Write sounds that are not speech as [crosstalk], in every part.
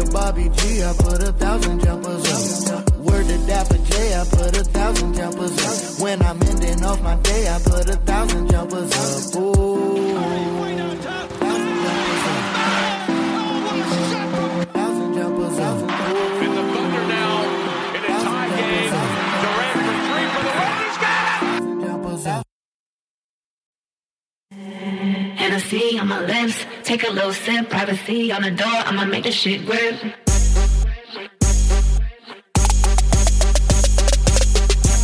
G, I put a thousand jumpers up. Word to Dapper J, I put a thousand jumpers up. When I'm ending off my day, I put a thousand jumpers up. Ooh. Thousand jumpers up. In the Thunder now in a tie game. Durant for three for the win. He's got it! Thousand jumpers up. Hennessy on my lips. Take a little sip. Privacy on the door. I'ma make this shit grip.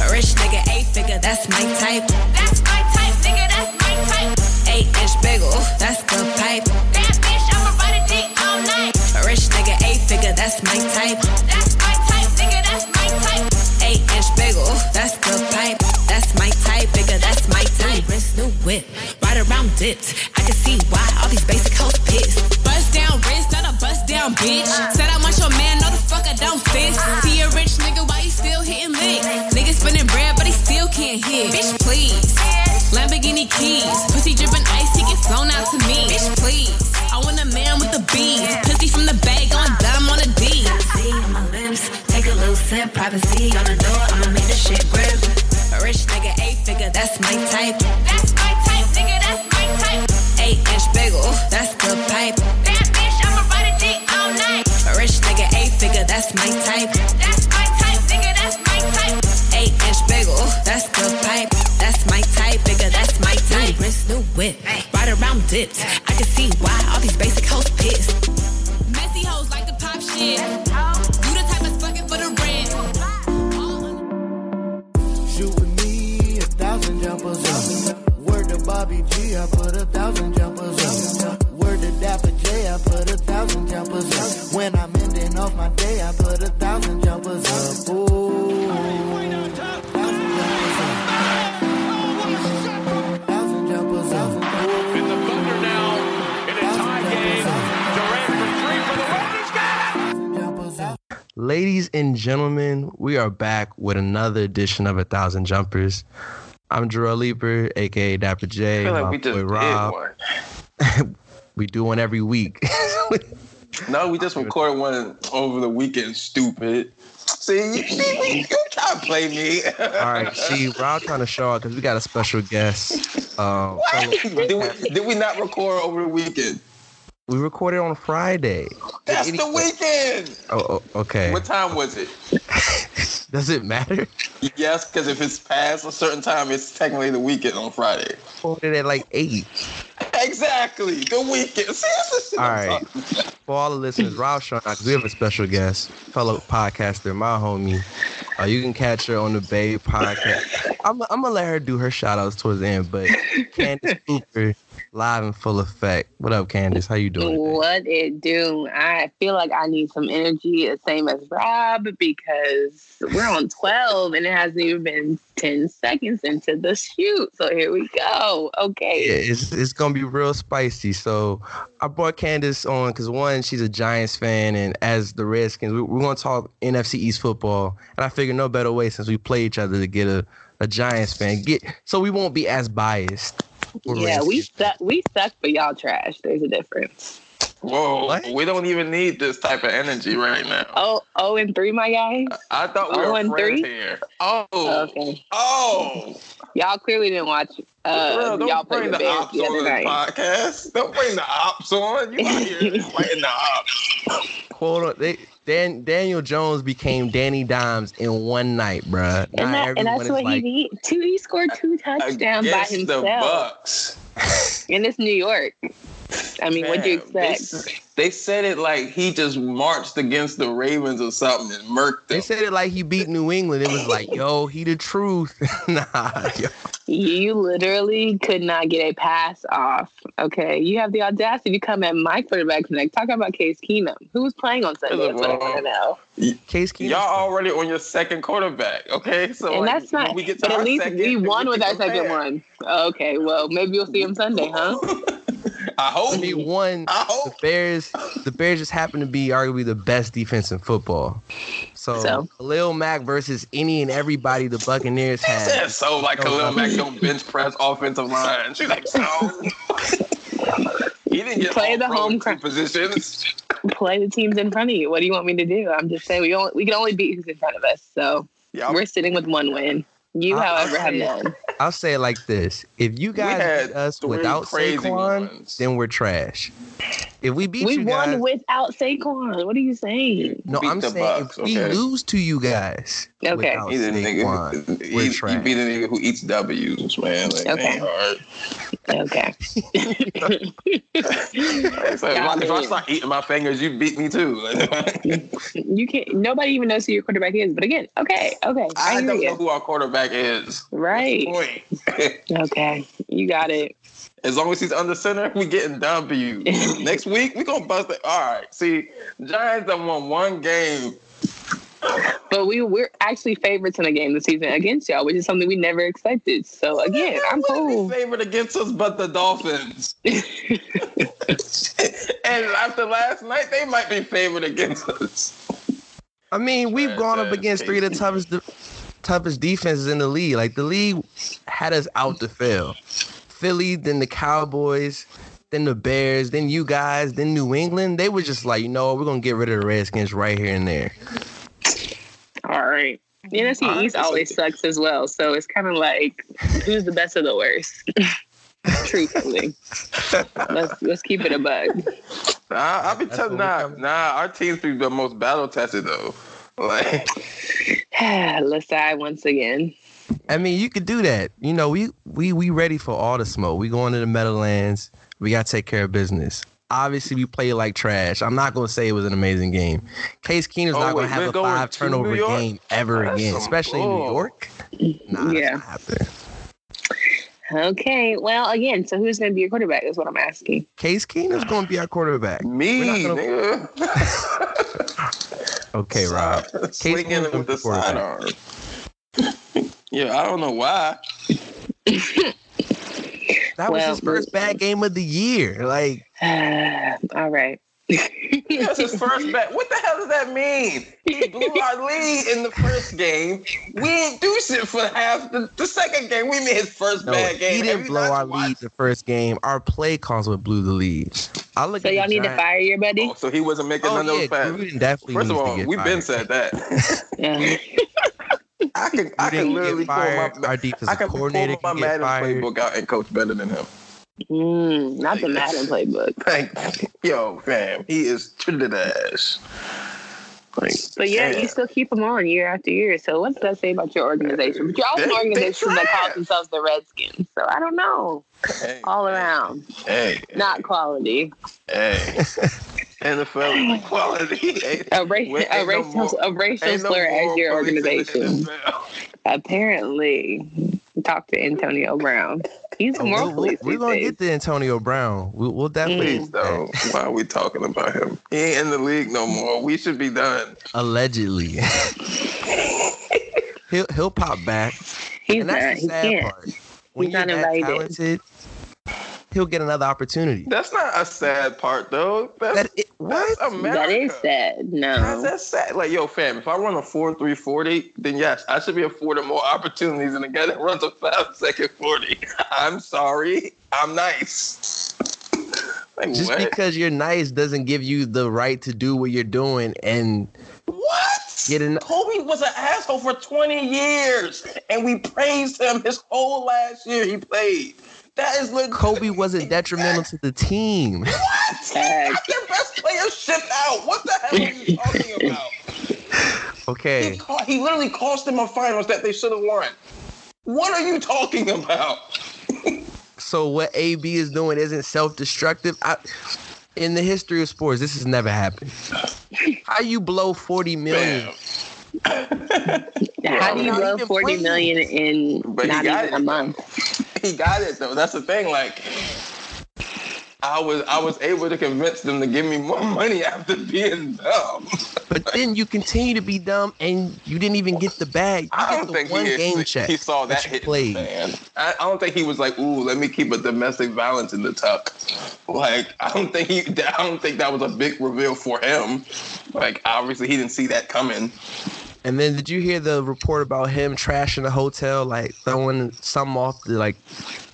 A rich nigga, eight figure, that's my type. That's my type, nigga, that's my type. Eight inch bagel, that's the pipe. That bitch, I'ma ride a dick all night. A rich nigga, eight figure, that's my type. That's my type, nigga, that's my type. Eight inch bagel, that's the pipe. That's my type, nigga, that's my type. Rinse new whip, ride around dipped. I can see why all these basic hoes pissed. Bust down, wrist, not a bust down, bitch. Said I want your man, no the fuck I don't fist. See a rich nigga, why you still hitting licks? Nigga spinning bread, but he still can't hit. Bitch, please. Lamborghini keys, pussy dripping ice, he get flown out to me. Bitch, please. I want a man with the beads, pussy from the bag, going dumb on a D. Hennessy on my lips. Take a little sip. Privacy on the door. I'ma make this shit grip. A rich nigga, eight figure, that's my type. That's my type, nigga, that's my type. Eight inch bagel, that's the pipe. That bitch, I'ma ride a dick all night. A rich nigga, eight figure, that's my type. That's my type, nigga, that's my type. Eight inch bagel, that's the pipe. That's my type, nigga, that's my type. Rinse new whip, ride around dips. I can see why all these basic hoes pissed. Messy hoes like to pop shit. You the type that's fucking for the rent. Shoot with me, a thousand jumpers up. Word to Bobby G, I put a thousand jumpers up. Word to Dapper J, I put a thousand jumpers up. When I'm ending off my day, I put a thousand jumpers up. Ooh. Thousand jumpers up. In the Thunder now in a tie game. Durant for three for the win. He's got it! Thousand jumpers up. Ladies and gentlemen, we are back with another edition of A Thousand Jumpers. I'm Jarrell Leaper, aka Dapper J. I feel like my we just boy did Rob. one. [laughs] We do one every [laughs] week. No, we just recorded one over the weekend. Stupid. See, [laughs] you, you trying to play me? [laughs] All right, see, Rob trying to show out because we got a special guest. Um, fellow- did, we, did we not record over the weekend? we recorded on Friday. That's Any- the weekend. Oh, oh, okay. What time was it? Does it matter? [laughs] Yes, because if it's past a certain time, it's technically the weekend on Friday. Recorded at like eight. Exactly, the weekend. See, this is shit All I'm right. talking- For all the listeners, Rob Sean, we have a special guest, fellow podcaster, my homie. Uh, you can catch her on the Bay podcast. I'm, I'm gonna let her do her shout outs towards the end, but [laughs] Candace Cooper, live in full effect. What up, Candace? How you doing? today? What it do? I feel like I need some energy, the same as Rob, because we're on 12 and it hasn't even been 10 seconds into the shoot. So here we go. Okay. Yeah, it's it's gonna be real spicy. So I brought Candace on because one, she's a Giants fan, and as the Redskins, we, we're gonna talk NFC East football. And I figured no better way since we play each other to get a, a Giants fan get so we won't be as biased. We're Yeah, we Redskins. suck. We suck for y'all trash. There's a difference. Whoa, What? we don't even need this type of energy right now. Oh, oh, and three, my guy. I thought we were oh, and friends three? here. Oh, Uh, Okay, oh. y'all clearly didn't watch. Uh, Girl, don't y'all bring played the the Bears ops the on other this night. podcast. Don't bring the ops on. You out here [laughs] fighting the ops. hold on. They, Dan, Daniel Jones became Danny Dimes in one night, bruh. Not And, that, and everyone that's is what like, he did. Two, he scored two touchdowns by Against the himself, Bucks. and it's New York. I mean, what do you Damn, they expect? s- They, said it like he just marched against the Ravens or something and murked them. They said it like he beat New England. It was like, yo, he the truth. [laughs] nah, yo. You literally could not get a pass off. Okay, you have the audacity to come at my quarterback connect. Talk about Case Keenum, who was playing on Sunday. That's what I want to know. Case Keenum. Y'all already on your second quarterback, okay? So And like, that's not. when we get to but our at least second, we then won we with our can second compare. one. Okay, well maybe you'll see him Sunday, huh? I hope. He won. I the hope. Bears, the Bears just happen to be arguably the best defense in football. So, So? Khalil Mack versus any and everybody the Buccaneers Yeah, had. so [laughs] like Khalil Mack don't bench press offensive line. She's like, so "Oh." He didn't get Play all the pro home in two cra- positions. Play the teams in front of you. What do you want me to do? I'm just saying we only, we can only beat who's in front of us. So Yeah, we're sitting with one win. You, I- however, have none. I'll say it like this: If you guys had beat us three without crazy Saquon, ones. then we're trash. If we beat We you won guys, without Saquon. What are you saying? no, beat I'm the saying Bucks, if we okay. lose to you guys, Okay. without He's a nigga. Saquon, Who, he, we're he trash. beat a nigga who eats W's, man. Like, okay. Okay. Hard. Okay. It's like, if, I, if I start eating my fingers, you beat me too. [laughs] You can't. Nobody even knows who your quarterback is. But again, okay, okay. I hear don't you. know who our quarterback is. Right. Point. Okay. You got it. [laughs] As long as he's under center, we getting W. [laughs] Next week, we gonna bust it. All right. See, Giants done won one game. But we we're actually favorites in a game this season against y'all, which is something we never expected. So again, I'm cool. Be favored against us, but the [laughs] Dolphins. [laughs] and after last night, they might be favored against us. I mean, we've Trash gone up ass against three of the toughest, de- toughest defenses in the league. Like the league had us out to fail. Philly, then the Cowboys, then the Bears, then you guys, then New England. They were just like, you know, what, we're gonna get rid of the Redskins right here and there. All right. The NFC East always sucks as well. So it's kind of like who's the best of the worst? [laughs] Truthfully. let's let's keep it a bug. Nah, I'll be what telling we nah, coming- nah, our team's be the most battle tested though. [laughs] Like [sighs] let's die once again. I mean, you could do that. You know, we we we ready for all the smoke. We going to the Meadowlands. We gotta take care of business. Obviously, we play like trash. I'm not gonna say it was an amazing game. Case Keenum's Oh, not wait, gonna have we're a going five to turnover New York? game ever That's again, some especially in New bull. York. Nah, that's Yeah. not happening. Okay. Well, again, so who's gonna be your quarterback is what I'm asking. [sighs] Case Keenum's gonna be our quarterback. We're me, not [laughs] nigga. Okay, Rob. Swinging Keenum's it gonna with be the quarterback. sidearm. [laughs] yeah, I don't know why. That was Well, his first bad game of the year. Like, All right. That's [laughs] his first bet. What the hell does that mean? He blew our lead in the first game. We didn't do shit for half the, the second game. We made his first no, bad game. he Have didn't you blow not our watched- lead the first game. Our play calls would blew the lead. I look So at the y'all need to Giants- fire your buddy? Oh, so he wasn't making Oh, none of yeah, those passes. Gruden definitely First of needs to all, get we've been fired. said that. [laughs] Yeah. I can I Gruden can can literally get fired. pull my Our I defensive can pull coordinator my can get Madden fired. playbook out and coach better than him. [laughs] Mm, not the Madden playbook. Like, yo, fam, he is Trinidad. Like, But yeah, damn. you still keep them on year after year. So what does that say about your organization? But you're also They- an they organization that trash. calls themselves the Redskins. So I don't know. hey, All around, hey, not quality. hey. [laughs] NFL equality. [laughs] Ain't- A, ra- Wait, a ain't no racial, more- a racial ain't no slur more as your police in the organization. NFL. Apparently, talk to Antonio Brown. He's [laughs] a Oh, moral we'll- we'll- police. we're these gonna days. get to Antonio Brown. We, we'll definitely Please, though. Why are we talking about him? He ain't in the league no more. We should be done. allegedly. [laughs] he'll he'll pop back. He's and not. that's He the sad can't. part. When He's you're not that invited. talented, he'll get another opportunity. That's not a sad part, though. That's, That that's it, what? America. That is sad. How's No. that sad? Like, yo, fam, if I run a 4 3 40, then yes, I should be afforded more opportunities than a guy that runs a 5 second 40. [laughs] I'm sorry. I'm nice. like, Just what? because you're nice doesn't give you the right to do what you're doing. And What? Get in- Kobe was an asshole for 20 years, and we praised him his whole last year he played. That is legit. Kobe [laughs] wasn't detrimental to the team. [laughs] He got their best player shipped out. What the hell [laughs] are you talking about? He, Okay. co- he literally cost them a finals that they should have won. What are you talking about? So what AB is doing isn't self-destructive. I, in the history of sports, this has never happened. How you blow 40 million? Bam. How do you Not blow even forty playing. million in But he not got even it, a though. month? [laughs] He got it though. That's the thing. Like, I was I was able to convince them to give me more money after being dumb. [laughs] But then you continue to be dumb and you didn't even get the bag. You I get don't the think one he, game is, check he saw that you hit in the played. fan. I, I don't think he was like, "Ooh, let me keep a domestic violence in the tuck." Like, I don't think he. [laughs] I don't think that was a big reveal for him. Like, obviously, he didn't see that coming. And then did you hear the report about him trashing the hotel, like throwing some off the like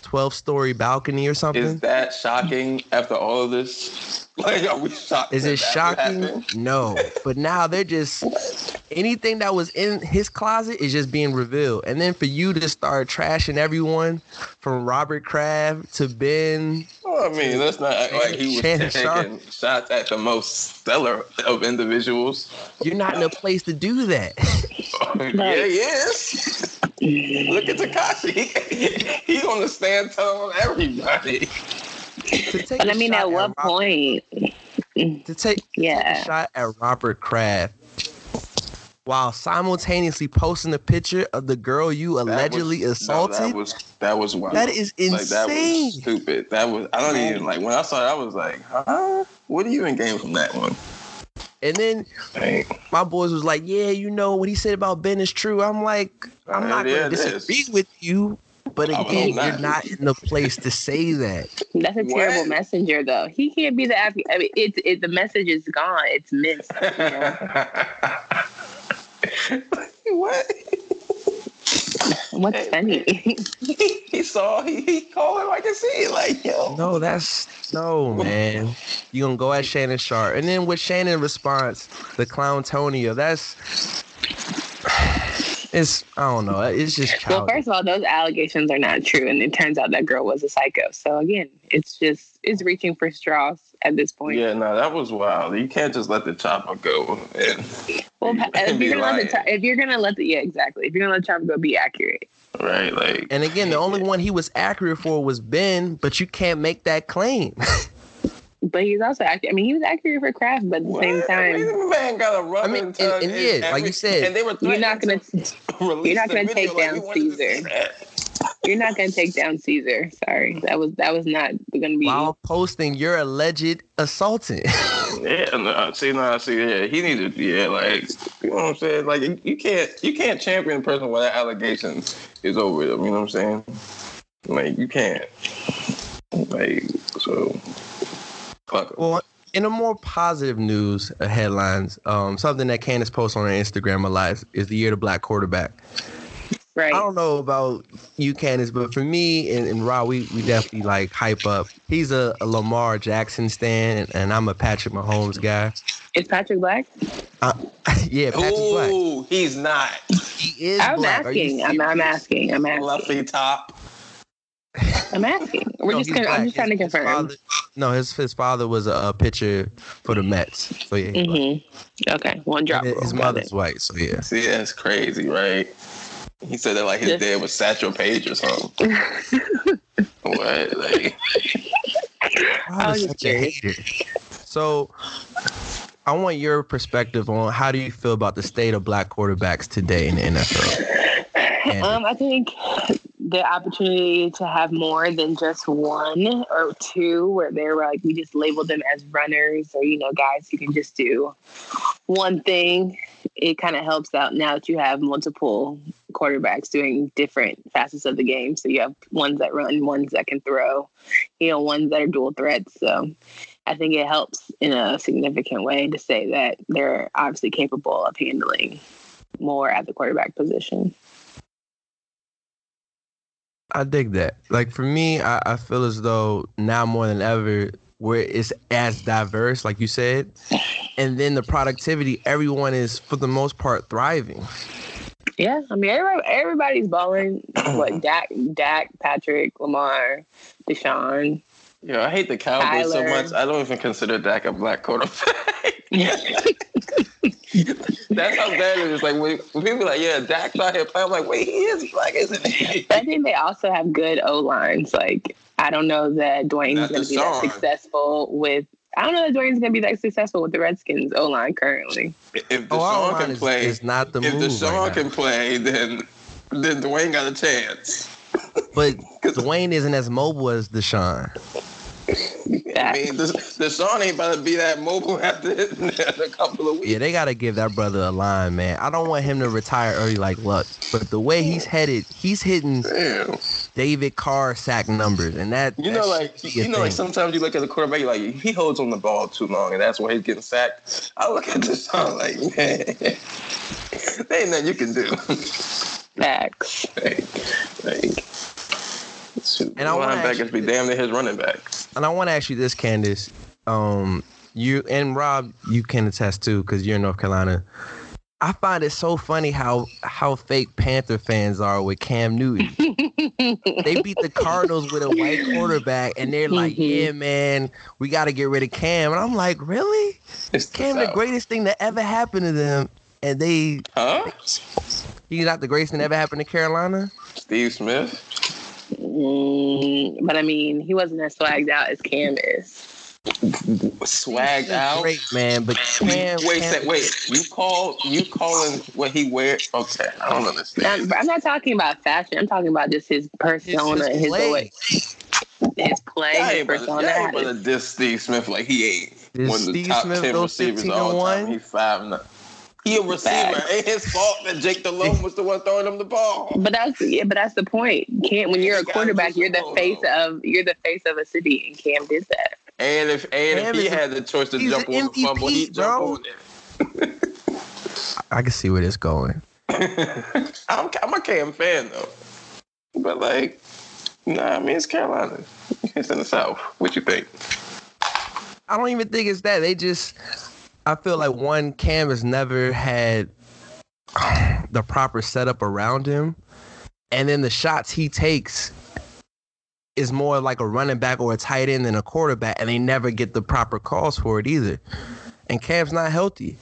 twelve story balcony or something? Is that shocking after all of this? [laughs] Like, are we shocked? Is that it that shocking? happened? No. But now they're just anything that was in his closet is just being revealed. And then for you to start trashing everyone from Robert Kraft to Ben, Well, I mean, let's not act like he was Shannon Sharp. taking shots at the most stellar of individuals. [laughs] you're not in a place to do that. [laughs] yeah, he is. [laughs] Look at Takashi. he on the stand telling everybody. to take But a I mean, shot at what Rob- point? to take Yeah. a shot at Robert Kraft while simultaneously posting a picture of the girl you That [laughs] was- allegedly no, assaulted. that was that was wild. That is Like that insane. was stupid. That was I don't even like when I saw it. I was like, huh? What do you even gain from that one? and then Like, [laughs] my boys was like, "Yeah, you know what he said about Ben is true." I'm like, I'm not Yeah, going to it is. disagree with you, but I would again, hope you're not. not in the place to say that. That's a What? terrible messenger, though. He can't be the Afghan. I mean, it's it, the message is gone. [laughs] It's missed. what? [laughs] What's funny? he saw. He, he called it like I see it. Like yo. No, that's no man. You gonna go at Shannon Sharp, and then with Shannon response, the clown Tonio. That's it's I don't know. It's just [laughs] well, childish. first of all, those allegations are not true, and it turns out that girl was a psycho. So again, it's just it's reaching for straws at this point. Yeah, no, that was wild. You can't just let the chopper go. [laughs] And, Well, You if be you're gonna let the lying. t- if you're gonna let the yeah exactly if you're gonna let Chopper go be accurate, right, like And again, the only one he was accurate for was Ben, but you can't make that claim. but he's also accurate. I mean, he was accurate for Kraft, but at the What? same I mean, time, the man got a rubber I mean, and tug and- and yeah, like you said, and they were you're not threatening gonna to release not the gonna video, take like, down we wanted to see Caesar. that. you're not gonna take down Caesar. Sorry, that was that was not gonna be. While posting your alleged assaultant. Yeah, no, see, no, see, yeah, he needed, yeah, like you know what I'm saying. Like you- you can't, you can't champion a person where that allegation is over them. You know what I'm saying? Like you can't. Like so, fuck. 'em. Well, in a more positive news uh, headlines, um, something that Candace posts on her Instagram a lot is the year of the black quarterback. Right. I don't know about you, Candace, but for me and, and Ra, we, we definitely like hype up. He's a, a Lamar Jackson stan, and, and I'm a Patrick Mahomes guy. Is Patrick Black? [laughs] yeah, Patrick Black. Ooh, he's not He is I'm black. Are you asking. I'm, I'm serious? asking. I'm asking. fluffy top. I'm asking. We're No, just. he's Gonna, I'm black. just trying to His- his confirm. father- no, his his father was a, a pitcher for the Mets, so yeah. he's black. Mm-hmm. Okay. One drop. And his- rule. his Got mother's it. white, so yeah. See, that's crazy, right? He said that like his Yeah. dad was Satchel Page or [laughs] something. what? Like, I was was just such a hater. So, I want your perspective on how do you feel about the state of black quarterbacks today in the NFL? And Um, I think the opportunity to have more than just one or two, where they were like, we just labeled them as runners or, you know, guys who can just do one thing, it kind of helps out now that you have multiple quarterbacks doing different facets of the game. So you have ones that run, ones that can throw, you know, ones that are dual threats. So I think it helps in a significant way to say that they're obviously capable of handling more at the quarterback position. I dig that. Like for me, I, I feel as though now more than ever, where it's as diverse, like you said, and then the productivity, everyone is for the most part thriving. Yeah, I mean everybody, [clears throat] everybody's balling. what Dak, Dak, Patrick, Lamar, [laughs] Deshaun. yo, I hate the Cowboys so Tyler. much. I don't even consider Dak a black quarterback. [laughs] That's how bad it is. Like when, when people be like, yeah, Dak's out here playing. I'm like, wait, he is black, isn't he? But I think they also have good O lines. Like I don't know that Dwayne's Not going to be that Deshaun. successful with. I don't know that Dwayne's going to be that successful with the Redskins O line currently. If Deshaun Oh, our line can is, play, is not the if move. Deshaun right now. can play, then then Dwayne got a chance. But Dwayne isn't as mobile as Deshaun. That- I mean, Des- Deshaun ain't about to be that mobile [laughs] after, after a couple of weeks. Yeah, they gotta give that brother a line, man. I don't want him to retire early like Luck, but the way he's headed, he's hitting Damn. David Carr sack numbers, and that You that know, should like be a you know, like thing. sometimes you look at the quarterback, you're like he holds on the ball too long, and that's why he's getting sacked. I look at this, [laughs] I'm like, man, there [laughs] ain't nothing you can do. Facts. like, like, Shoot, And I wanna linebackers actually- be damn near his running back. And I want to ask you this, Candace. Um, you and Rob, you can attest to because you're in North Carolina. I find it so funny how how fake Panther fans are with Cam Newton. they beat the Cardinals with a white quarterback, and they're like, Mhm. "Yeah, man, we got to get rid of Cam." And I'm like, "Really? It's the Cam, the South. greatest thing that ever happened to them, and they Huh? he's not the greatest thing that ever happened to Carolina." Steve Smith. Mm, but I mean, he wasn't as swagged out as Cam is. Swagged out. Great man, but Cam. wait, Cam- sec, wait. You call you calling what he wear? Okay, I don't understand. Not- I'm not talking about fashion. I'm talking about just his It's persona, just his play. way, his play, Y'all his ain't brother, persona. y'all ain't brother diss Steve Smith like he ain't Is one of the Steve top Smith ten those receivers 15 of and all time. one? He's five nine. He a receiver. Facts. Ain't his fault that Jake DeLone was the one throwing him the ball. But that's yeah, but that's the point. Cam, when you're a Gotta use quarterback, you're the the ball, face though. of you're the face of a city, and Cam did that. And if and Cam if he is a- had the choice to he's jump an on the fumble, he MVP, jump bro. on it. I can see where this going. I'm I'm a Cam fan though, but like, nah, I mean it's Carolina. It's in the South. What you think? I don't even think it's that. They just, I feel like one Cam has never had the proper setup around him, and then the shots he takes is more like a running back or a tight end than a quarterback, and they never get the proper calls for it either. And Cam's not healthy.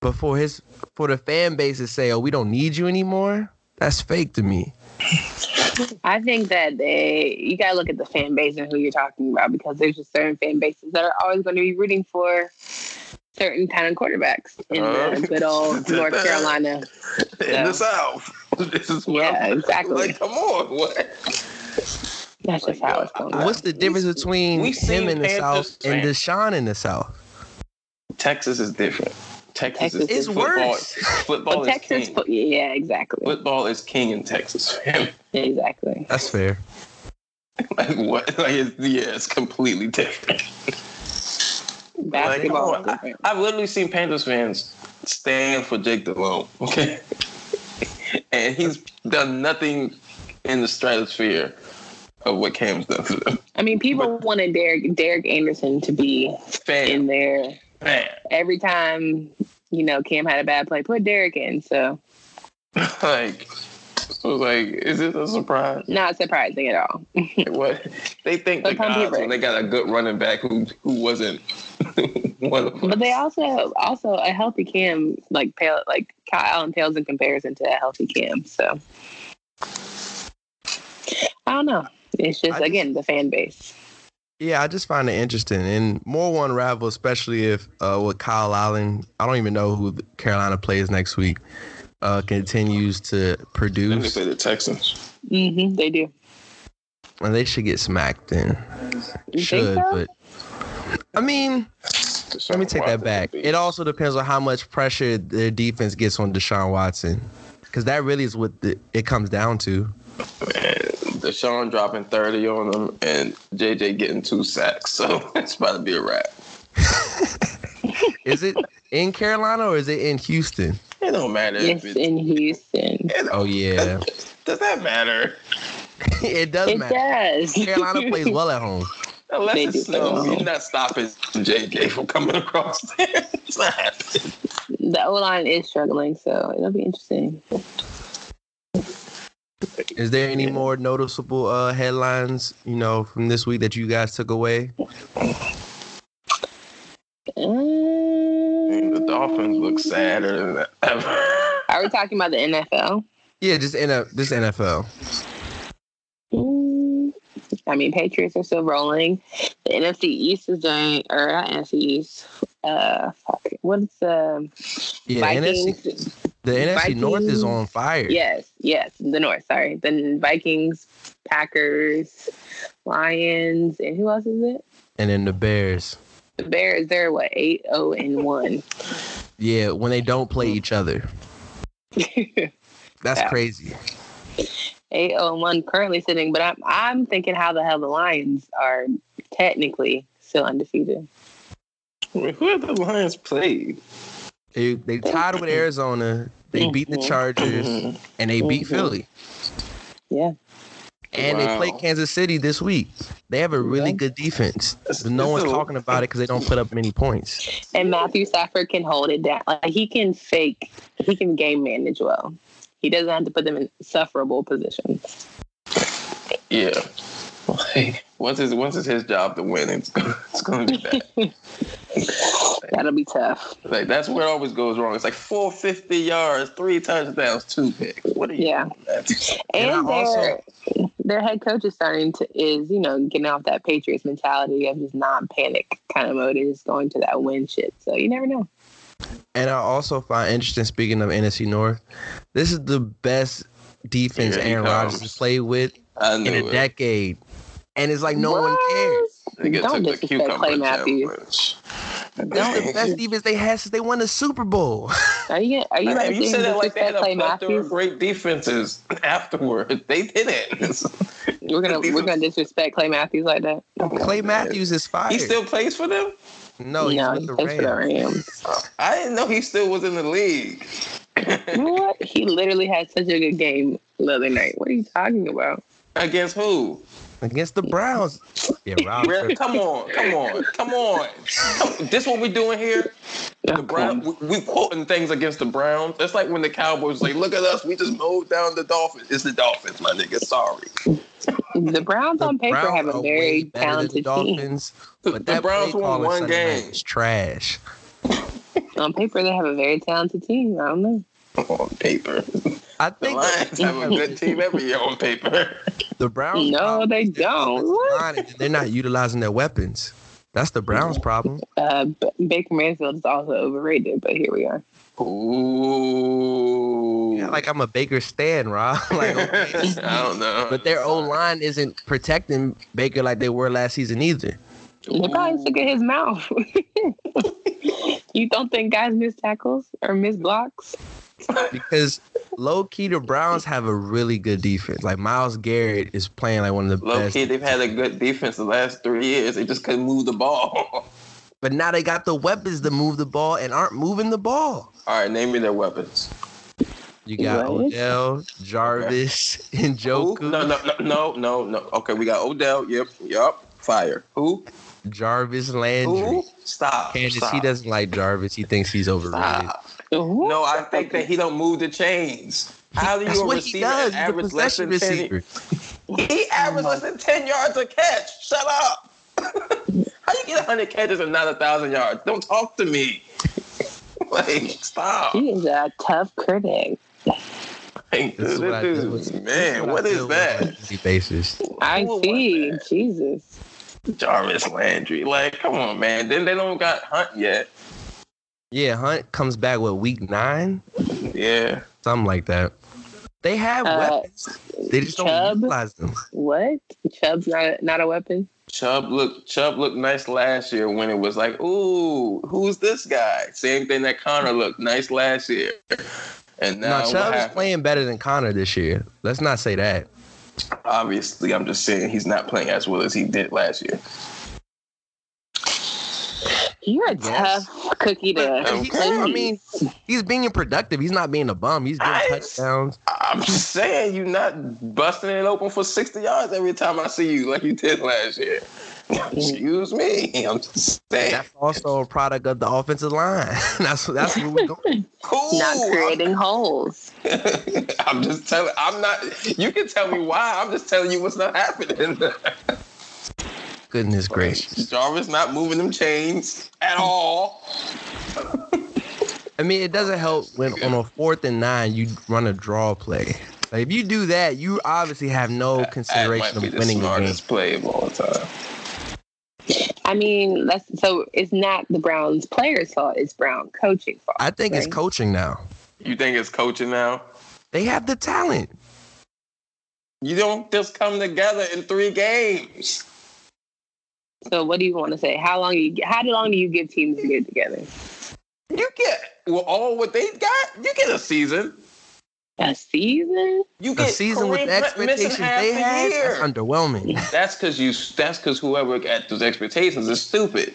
But for his for the fan base to say, "Oh, we don't need you anymore," that's fake to me. I think that they, you gotta look at the fan base and who you're talking about because there's just certain fan bases that are always going to be rooting for certain kind of quarterbacks in Um, the good old North Carolina. In the So- South. [laughs] this is what Yeah, I'm- exactly. Like, come on, what? That's just how it's going. What's the difference between we him seen in the Panthers South and Deshaun in the South? Texas is different. Texas, Texas is is football. worse. Football But is Texas, king. fo- yeah, exactly, football is king in Texas. exactly. That's fair. [laughs] like what? Like it's, yeah, it's completely different. Like, come Basketball. on. I, [laughs] I've literally seen Panthers fans stand for Jake DeLone. Okay, [laughs] and he's done nothing in the stratosphere of what Cam's done for them. I mean, people wanted Derek Derek Anderson to be in Fan, there fan. every time. You know, Cam had a bad play. Put Derek in. So [laughs] like so it's like is this a surprise [laughs] not surprising at all. Like, what they think the But come guys here, when they got a good running back who who wasn't [laughs] one of But they us. also also a healthy Cam like pale like Kyle Allen pales in comparison to a healthy Cam. So I don't know. It's I just just- again the fan base. Yeah, I just find it interesting and more will unravel, especially if uh, with Kyle Allen, I don't even know who Carolina plays next week, uh, continues to Then they produce, play the Texans. Mm-hmm, they do. and they should get smacked then. You Should, think so? but I mean, let me take that back. It also depends on how much pressure their defense gets on Deshaun Watson, because that really is what the, it comes down to. Deshaun dropping thirty on them and JJ getting two sacks, so [laughs] it's about to be a wrap. Is it in Carolina or is it in Houston? It don't matter. Yes, If it's, in Houston. it don't- Oh yeah, does that matter? [laughs] it does It matter. does. Carolina plays [laughs] well at home. Unless They it's do play snow, well. you're not stopping JJ from coming across there. [laughs] it's not happening. the O line is struggling, so it'll be interesting. Is there any more noticeable uh, headlines, you know, from this week that you guys took away? The Um, Dolphins look sadder than ever. Are we talking about the NFL? Yeah, just in a this NFL. Mm, I mean, Patriots are still rolling. The NFC East is doing, or not NFC East. Uh, fuck. um, What's the Yeah, Vikings? NFC, the NFC North is Vikings. on fire. Yes, yes, the North. Sorry, the Vikings, Packers, Lions, and who else is it? And then the Bears. The Bears. They're what eight zero and one. [laughs] Yeah, when they don't play each other. That's Yeah. crazy. eight zero and one currently sitting. But I'm I'm thinking how the hell the Lions are technically still undefeated. [laughs] Wait, Who have the Lions played? They, they tied with Arizona. They beat the Mhm. Chargers and they beat Mhm. Philly. Yeah. And Wow. they play Kansas City this week. They have a really good defense. But no it's one's a- talking about it because they don't put up many points. And Matthew Stafford can hold it down. Like he can fake, he can game manage well. He doesn't have to put them in sufferable positions. Yeah. Like, once it's once it's his job to win, it's gonna, it's gonna be [laughs] that. That'll be tough. Like that's where it always goes wrong. It's like 450 yards, three touchdowns, two picks. What are you? Yeah. And I And their, also- their head coach is starting to is, you know, getting off that Patriots mentality of just non panic kind of mode and just going to that win shit. So you never know. And I also find interesting, speaking of NFC North, this is the best defense Here he Aaron Rodgers comes. has played with I in knew a it. decade. And it's like no one What? cares. Nigga Don't took the disrespect Clay cucumber Matthews. challenge. That was the best defense they had since they won the Super Bowl. [laughs] Are you are you Like, right? you said it like they had a Clay plethora of Matthews? great defenses afterward. [laughs] They didn't. We're gonna we're gonna disrespect Clay Matthews like that. Clay Matthews is fired. He still plays for them? no, Oh, he's no, with he the plays for the Rams. Rams. I didn't know he still was in the league. what? He literally had such a good game the other night. What are you talking about? Against who? against the Browns. Yeah, Rob. [laughs] [laughs] Real- come on, come on, come on. This what we doing here? The Brown, we, we quoting things against the Browns. That's like when the Cowboys like, look at us, we just mowed down the Dolphins. It's the Dolphins, my nigga. Sorry. The Browns the on paper Browns have are a way very better talented than the team. Dolphins, The, but the that Browns play won calling one Sunday night game. was trash. On paper, they have a very talented team. I don't know. On paper, I the think Lions [laughs] have a good team every year on paper. the Browns. No, problem they is their don't. offensive What? line is They're not utilizing their weapons. That's the Browns' problem. Uh, B- Baker Mansfield is also overrated, but here we are. Ooh. Yeah, [laughs] like I'm a Baker stan, Rob. [laughs] like, okay. I don't know. but [laughs] their O line isn't protecting Baker like they were last season either. They probably sick of his mouth. [laughs] you don't think guys miss tackles or miss blocks? because low key the Browns have a really good defense. Like Miles Garrett is playing like one of the Low best. key, they've had a good defense the last three years. They just couldn't move the ball. [laughs] But now they got the weapons to move the ball and aren't moving the ball. All right, name me their weapons. You got Right. Odell, Jarvis, [laughs] and Who? Joku. No, no, no, no, no, no. Okay, we got Odell. Yep, yep. Fire. Who? Jarvis Landry. Who? Stop. Candace, Stop. he doesn't like Jarvis. He thinks he's overrated. Stop. Who? No, I think that he don't move the chains. How do That's you a what he receiver does. He's a average less possession than ten? receiver. He Oh averaged less than 10 yards a catch. Shut up. [laughs] How you get 100 catches and not 1,000 yards? Don't talk to me. like, stop. He is a tough critic. Like, This this is what I deal dude, with. man, what I is deal with on a that? daily basis. I Who would see. want Jesus. that? Jarvis Landry. Like, come on, man. Then they don't got Hunt yet. Yeah, Hunt comes back with week nine, Yeah. something like that. They have Uh, weapons. They just Chubb? don't utilize them. What? Chubb's not a, not a weapon? Chubb looked Chubb looked nice last year when it was like, ooh, who's this guy? Same thing that Connor looked nice last year. And now No, what Chubb is happened? playing better than Connor this year. Let's not say that. obviously, I'm just saying he's not playing as well as he did last year. You're a Yes. tough cookie to. But he's- I mean, he's being productive. He's not being a bum. He's getting I- touchdowns. I'm just saying you're not busting it open for 60 yards every time I see you like you did last year. Excuse me. I'm just saying. That's also a product of the offensive line. [laughs] that's that's what we're [laughs] doing. Cool. not creating holes. [laughs] I'm just telling. I'm not. You can tell me why. I'm just telling you what's not happening. [laughs] Goodness gracious. Jarvis not moving them chains at all. I mean, it doesn't help when on a fourth and nine you run a draw play. Like, if you do that, you obviously have no that consideration might be of the winning the game. smartest play of all time. I mean, that's so it's not the Browns players' fault, it's Brown coaching fault. I think it's right? coaching now. You think it's coaching now? They have the talent. You don't just come together in three games. So what do you want to say? How long you how long do you give teams to get together? You get well, all what they got. You get a season. A season? You A get season with Kareem the Hunt missing expectations half they the had, year. that's underwhelming. That's because you. That's because whoever got those expectations is stupid.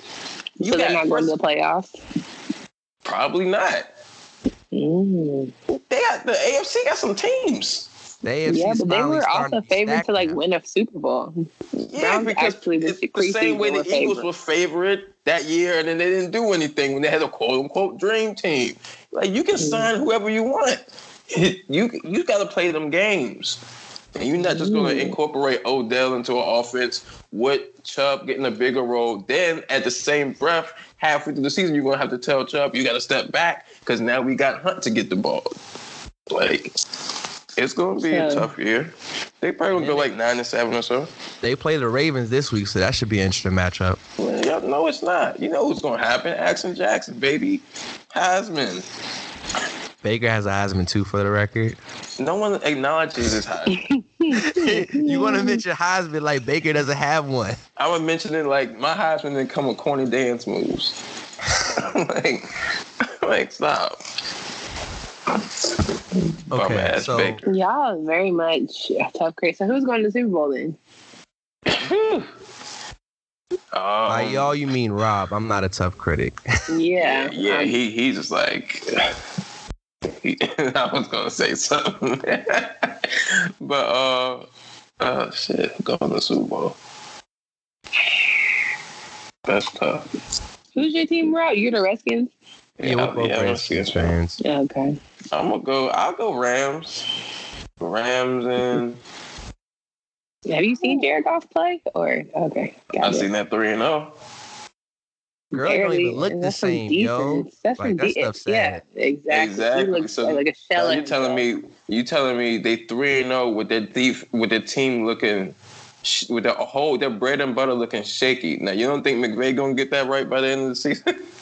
You got so they're not going to the first- playoffs? probably not. Mm. They got the AFC got some teams. The AFC yeah, is but they finally were starting also be favored stacked to like now. win a Super Bowl. Yeah, Browns because actually the it's the same preseason way the were Eagles favored. were favorite that year, and then they didn't do anything when they had a quote unquote dream team. Like you Mm. can sign whoever you want. [laughs] You you got to play them games, and you're not just going to Mm. incorporate Odell into an offense with Chubb getting a bigger role. Then at the same breath, halfway through the season, you're going to have to tell Chubb you got to step back because now we got Hunt to get the ball. Like it's going to be a Yeah. tough year. They probably going to go like nine and seven or so. They play the Ravens this week, so that should be an interesting matchup. Well, y'all know it's not. You know what's gonna happen? Action Jackson, baby. Heisman. Baker has a Heisman too, for the record. [laughs] No one acknowledges this Heisman. you want to mention Heisman like Baker doesn't have one. I was mentioning like my Heisman didn't come with corny dance moves. [laughs] I'm like, [laughs] I'm like stop. Bum Okay, ass so Baker. Y'all is very much a tough crate. So who's going to the Super Bowl then? Oh, by y'all you mean Rob? I'm not a tough critic. [laughs] Yeah. um, yeah, he he's just like. he- [laughs] I was gonna say something, [laughs] but uh, oh shit, going to the Super Bowl. That's tough. Who's your team, bro? You're the Redskins. Yeah, we're both I'm a Redskins Redskins fan. fans. Okay. I'm gonna go. I'll go Rams. Rams and Have you seen Jared Goff play? Or okay, got I've it. seen that three and oh. zero. Girl don't Barely, even look and the that's from same, yo. defense. That's Like, from that stuff's defense. sad. Yeah, exactly. Exactly. He looks So- like a shell. So of you telling himself. me you telling me they three and zero with their thief with their team looking sh- with their whole their bread and butter looking shaky. Now you don't think McVay gonna get that right by the end of the season? [laughs]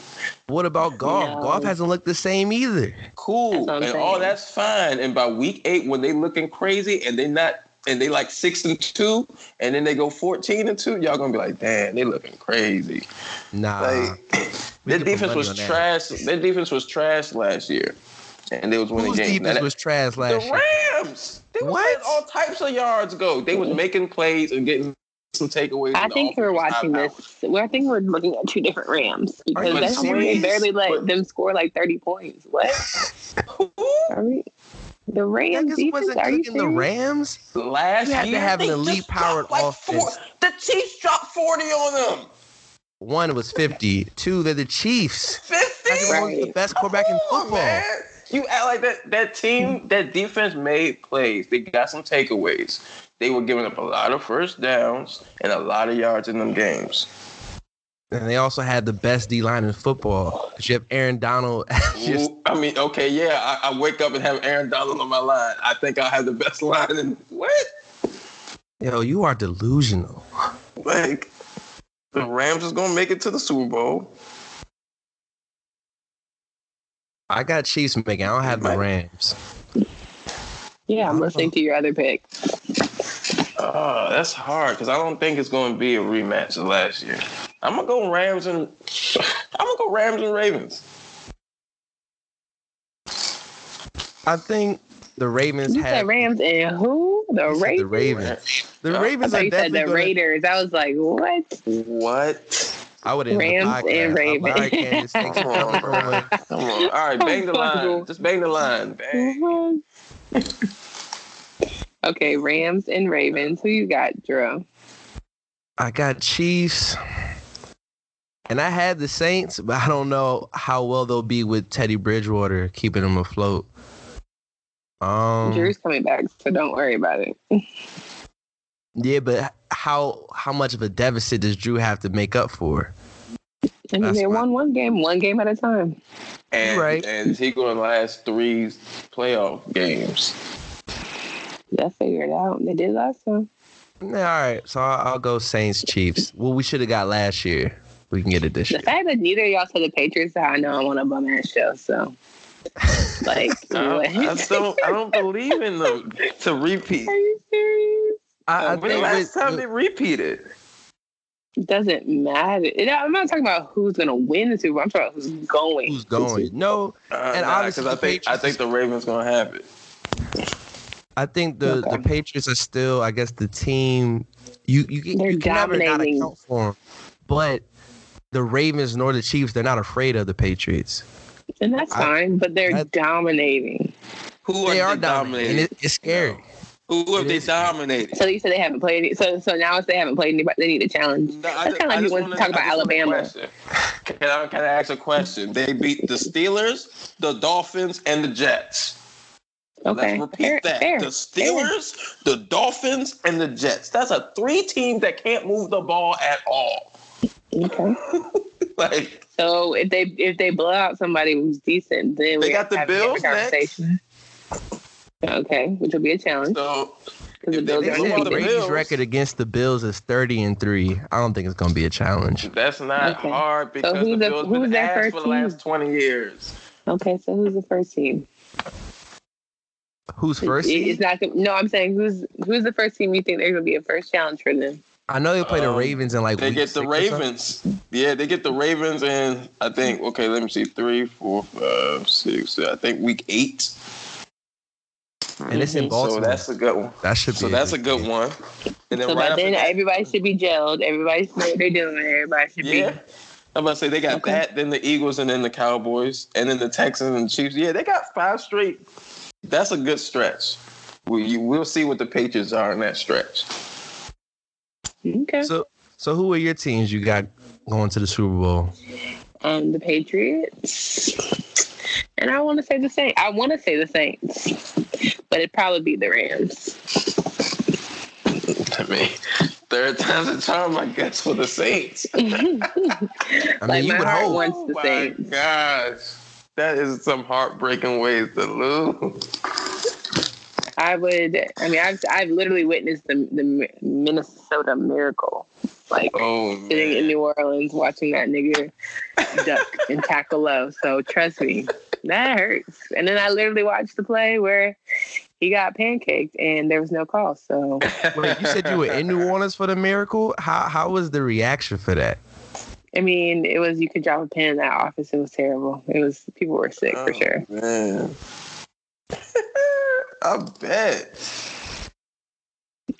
What about golf? No. Golf hasn't looked the same either. cool, That's what I'm and all saying. that's fine. And by week eight, when they looking crazy and they not and they like six and two, and then they go fourteen and two, y'all gonna be like, damn, they looking crazy. Nah, Like Uh, we their could put defense money was on that. trash. Their defense was trash last year, and they was winning Whose games. Now defense that- was trash the last year? Rams. They was What? letting all types of yards go. They was making plays and getting some takeaways. I from the think we're offensive watching timeout. this. Well, I think we're looking at two different Rams you because gonna that's see where they these? barely let But- them score like thirty points. What [laughs] Who? are we? The Rams Niggas defense? wasn't Are you cooking the serious? Rams. Last You had to year, have an they elite just powered dropped like Four, offense. the Chiefs dropped forty on them. One was 50. Two, they're the Chiefs. Patrick Fifty. Mahomes is the best quarterback in Come on, football. man. Mm-hmm. You act like that. That team, that defense made plays. They got some takeaways. They were giving up a lot of first downs and a lot of yards in them games. And they also had the best D line in football. 'Cause You have Aaron Donald. [laughs] just, Ooh, I mean, okay, yeah. I, I wake up and have Aaron Donald on my line. I think I have the best [laughs] line. in what? yo, you are delusional. Like the Rams is gonna make it to the Super Bowl. I got Chiefs making. I don't have the Rams. Yeah, I'm listening to your other pick. Uh, that's hard because I don't think it's gonna be a rematch of last year. I'm gonna go Rams and [laughs] I'm gonna go Rams and Ravens. I think the Ravens You had said Rams and who? The I said Ravens. the Ravens. The I Ravens thought are you said definitely the gonna- Raiders. I was like, what? What? I would end Rams the podcast. I'm and Ravens. sorry, Candace. [laughs] Thanks for Come on, bro. coming. Come on. All right, bang [laughs] the line. Just bang the line. Bang. [laughs] okay, Rams and Ravens. Who you got, Drew? I got Chiefs. And I had the Saints, but I don't know how well they'll be with Teddy Bridgewater keeping them afloat. Um, Drew's coming back, so don't worry about it. yeah, but how how much of a deficit does Drew have to make up for? I mean, That's they my- won one game, one game at a time. And, right. and is he going to last three playoff games? They'll figure it out. They did last time. Nah, All right, so I'll, I'll go Saints Chiefs. Well, we should have got last year. We can get it this The [laughs] year. fact that neither of y'all said the Patriots, I know I'm on a bum ass show. So, like, [laughs] I, Oh, what? I don't. I don't believe in them to repeat. [laughs] Are you serious? I, I When the think last with, time they with- repeated? It doesn't matter. It- I'm not talking about who's gonna win the Super Bowl. I'm talking about who's going. who's going? No, Uh, And nah, obviously because I the think I Patriots- think the Ravens gonna have it. I think the, the Okay. Patriots are still, I guess, the team you you, can- They're you can never not dominating. account for them. But the Ravens nor the Chiefs, they're not afraid of the Patriots. And that's I- fine, but they're I- dominating. Who They are are dominating. they dominating? and it, it's scary. Who if It they is. dominated? So you said they haven't played it. So so now if they haven't played anybody, they need a challenge. No, I That's ju- kind of I like you just want to wanna- talk I about just wanna Alabama. question. Can I, can I ask a question? They beat the Steelers, the Dolphins, and the Jets. Okay, Let's repeat Fair- that. fair, the fair. Steelers, the Dolphins, and the Jets. That's a three teams that can't move the ball at all. [laughs] Okay. Like So if they if they blow out somebody who's decent, then They we got the have a different Bills next. conversation. Okay, which will be a challenge so, because the if they- Bills They are blew said out the undefeated. Brady's Bills. record against the Bills is 30 and 3. I don't think it's going to be a challenge. that's not Okay. hard because the who's the- Bills who's been that ass first for the team? last twenty years. Okay, so who's the first team? Who's first? It- It's not. gonna- No, I'm saying who's who's the first team you think there's gonna be a first challenge for them? I know they play the Um, Ravens in like They week get the six or something. Ravens. Yeah, they get the Ravens, and I think okay, let me see, three, four, five, six. I think week eight. And it's in Mm-hmm. So Baltimore. that's a good one. that should be So that's a game. good one. And then So right by after then, that, everybody should be gelled. Everybody should know what they're doing. Everybody should yeah. be. I'm about to say they got Okay. that, then the Eagles, and then the Cowboys, and then the Texans and Chiefs. Yeah, they got five straight. That's a good stretch. We you, we'll see what the Patriots are in that stretch. [laughs] Okay. So, so who are your teams you got going to the Super Bowl? um, the Patriots. And I want to say the Saints. I want to say the Saints, but it'd probably be the Rams. I mean, third time's a charm, I guess, for the [laughs] Saints. Oh I mean, Like, you my would heart hope. wants the my Saints. gosh, that is some heartbreaking ways to lose. I would. I mean, I've I've literally witnessed the the Mi- Minnesota miracle, like Oh sitting in man, New Orleans watching that nigga duck and tackle low. So trust me, that hurts. And then I literally watched the play where he got pancaked and there was no call. So Wait, you said you were in New Orleans for the miracle. How how was the reaction for that? I mean, it was you could drop a pin in that office. It was terrible. It was people were sick for Oh, sure. Man, [laughs] I bet.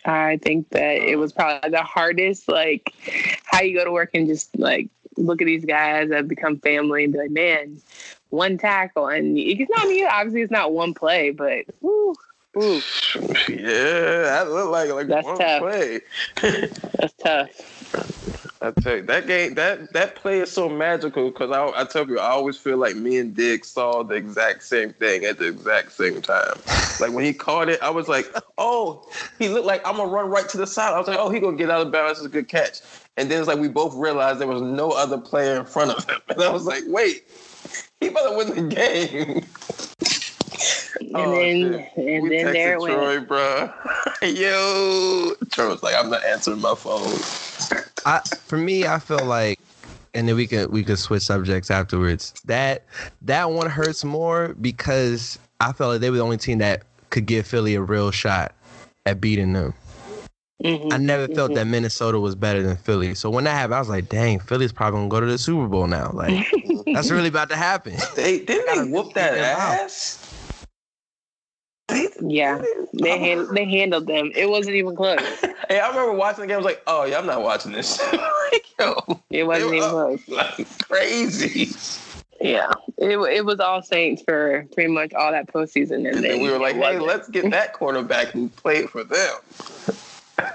I think that it was probably the hardest. Like how you go to work and just like look at these guys that become family and be like, man, one tackle and it's not me. Obviously, it's not one play, but woo, woo, [laughs] Yeah, that looked like like That's one tough. play. that's tough. I tell you that game that that play is so magical because I I tell you I always feel like me and Dick saw the exact same thing at the exact same time. Like when he caught it, I was like, oh, he looked like I'm gonna run right to the side. I was like, oh, he gonna get out of bounds. It's a good catch. And then it's like we both realized there was no other player in front of him, [laughs] and I was like, wait, he about to win the game. And Oh, then and we then texted there it went. Troy, bro. [laughs] Yo, Troy was like, I'm not answering my phone. I for me, I feel like, and then we could we could switch subjects afterwards. That that one hurts more because I felt like they were the only team that could give Philly a real shot at beating them. Mhm. I never felt that Minnesota was better than Philly. So when that happened, I was like, dang, Philly's probably gonna go to the Super Bowl now. [laughs] Like that's really about to happen. They didn't gotta they whoop that figure it out. ass. They- Yeah, they hand, they handled them. It wasn't even close. Hey, I remember watching the game. I was like, "Oh yeah, I'm not watching this." [laughs] like, yo, It wasn't were even up. close. like crazy. Yeah, it, it was all Saints for pretty much all that postseason, And then we were like, "Hey, let's get that cornerback who played for them." [laughs]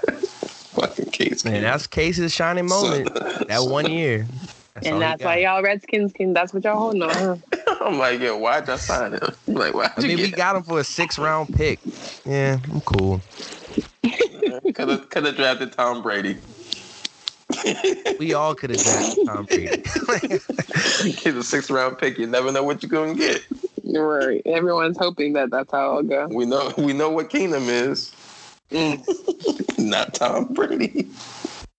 Fucking case, Man, that's Case's shining moment. That one year. all and he that's got. why y'all Redskins can. That's what y'all holding on. [laughs] Huh? [laughs] I'm like, "Yo, why'd I sign him?" [laughs] I'm like, why'd I mean, you [laughs] we get? got him for a six round pick. Yeah, I'm cool. [laughs] Because could have drafted Tom Brady. [laughs] We all could have [laughs] drafted Tom Brady. He's a six round pick. You never know what you're gonna get. You're right. Everyone's hoping that that's how it'll go. We know [laughs] we know what Kingdom is. [laughs] Not Tom Brady. so,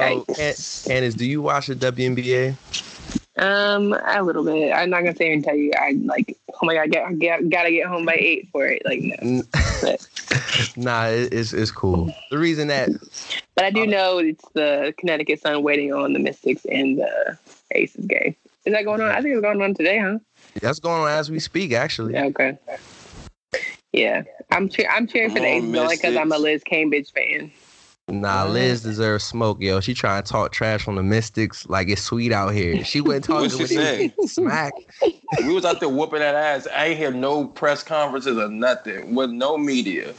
Yikes. Can- Candace, do you watch the [laughs] WNBA? Um, a little bit. I'm not gonna say and tell you. I like. Oh my god, get, get, gotta get home by eight for it. Like, no. N- nah, it, it's it's cool. The reason that but I Oh. do know it's the Connecticut Sun waiting on the Mystics and the Aces game. Is that going Mm-hmm. on? I think it's going on today, huh? that's going on as we speak, actually. Yeah, Okay. Yeah, I'm cheer- I'm cheering for the Come on, Aces only because I'm a Mystics. Liz Cambridge fan. Nah, Liz deserves smoke, yo. She trying to talk trash on the Mystics like it's sweet out here. She wouldn't talk What's to she saying? [laughs] smack. we was out there whooping that ass. I ain't hear no press conferences or nothing with no media.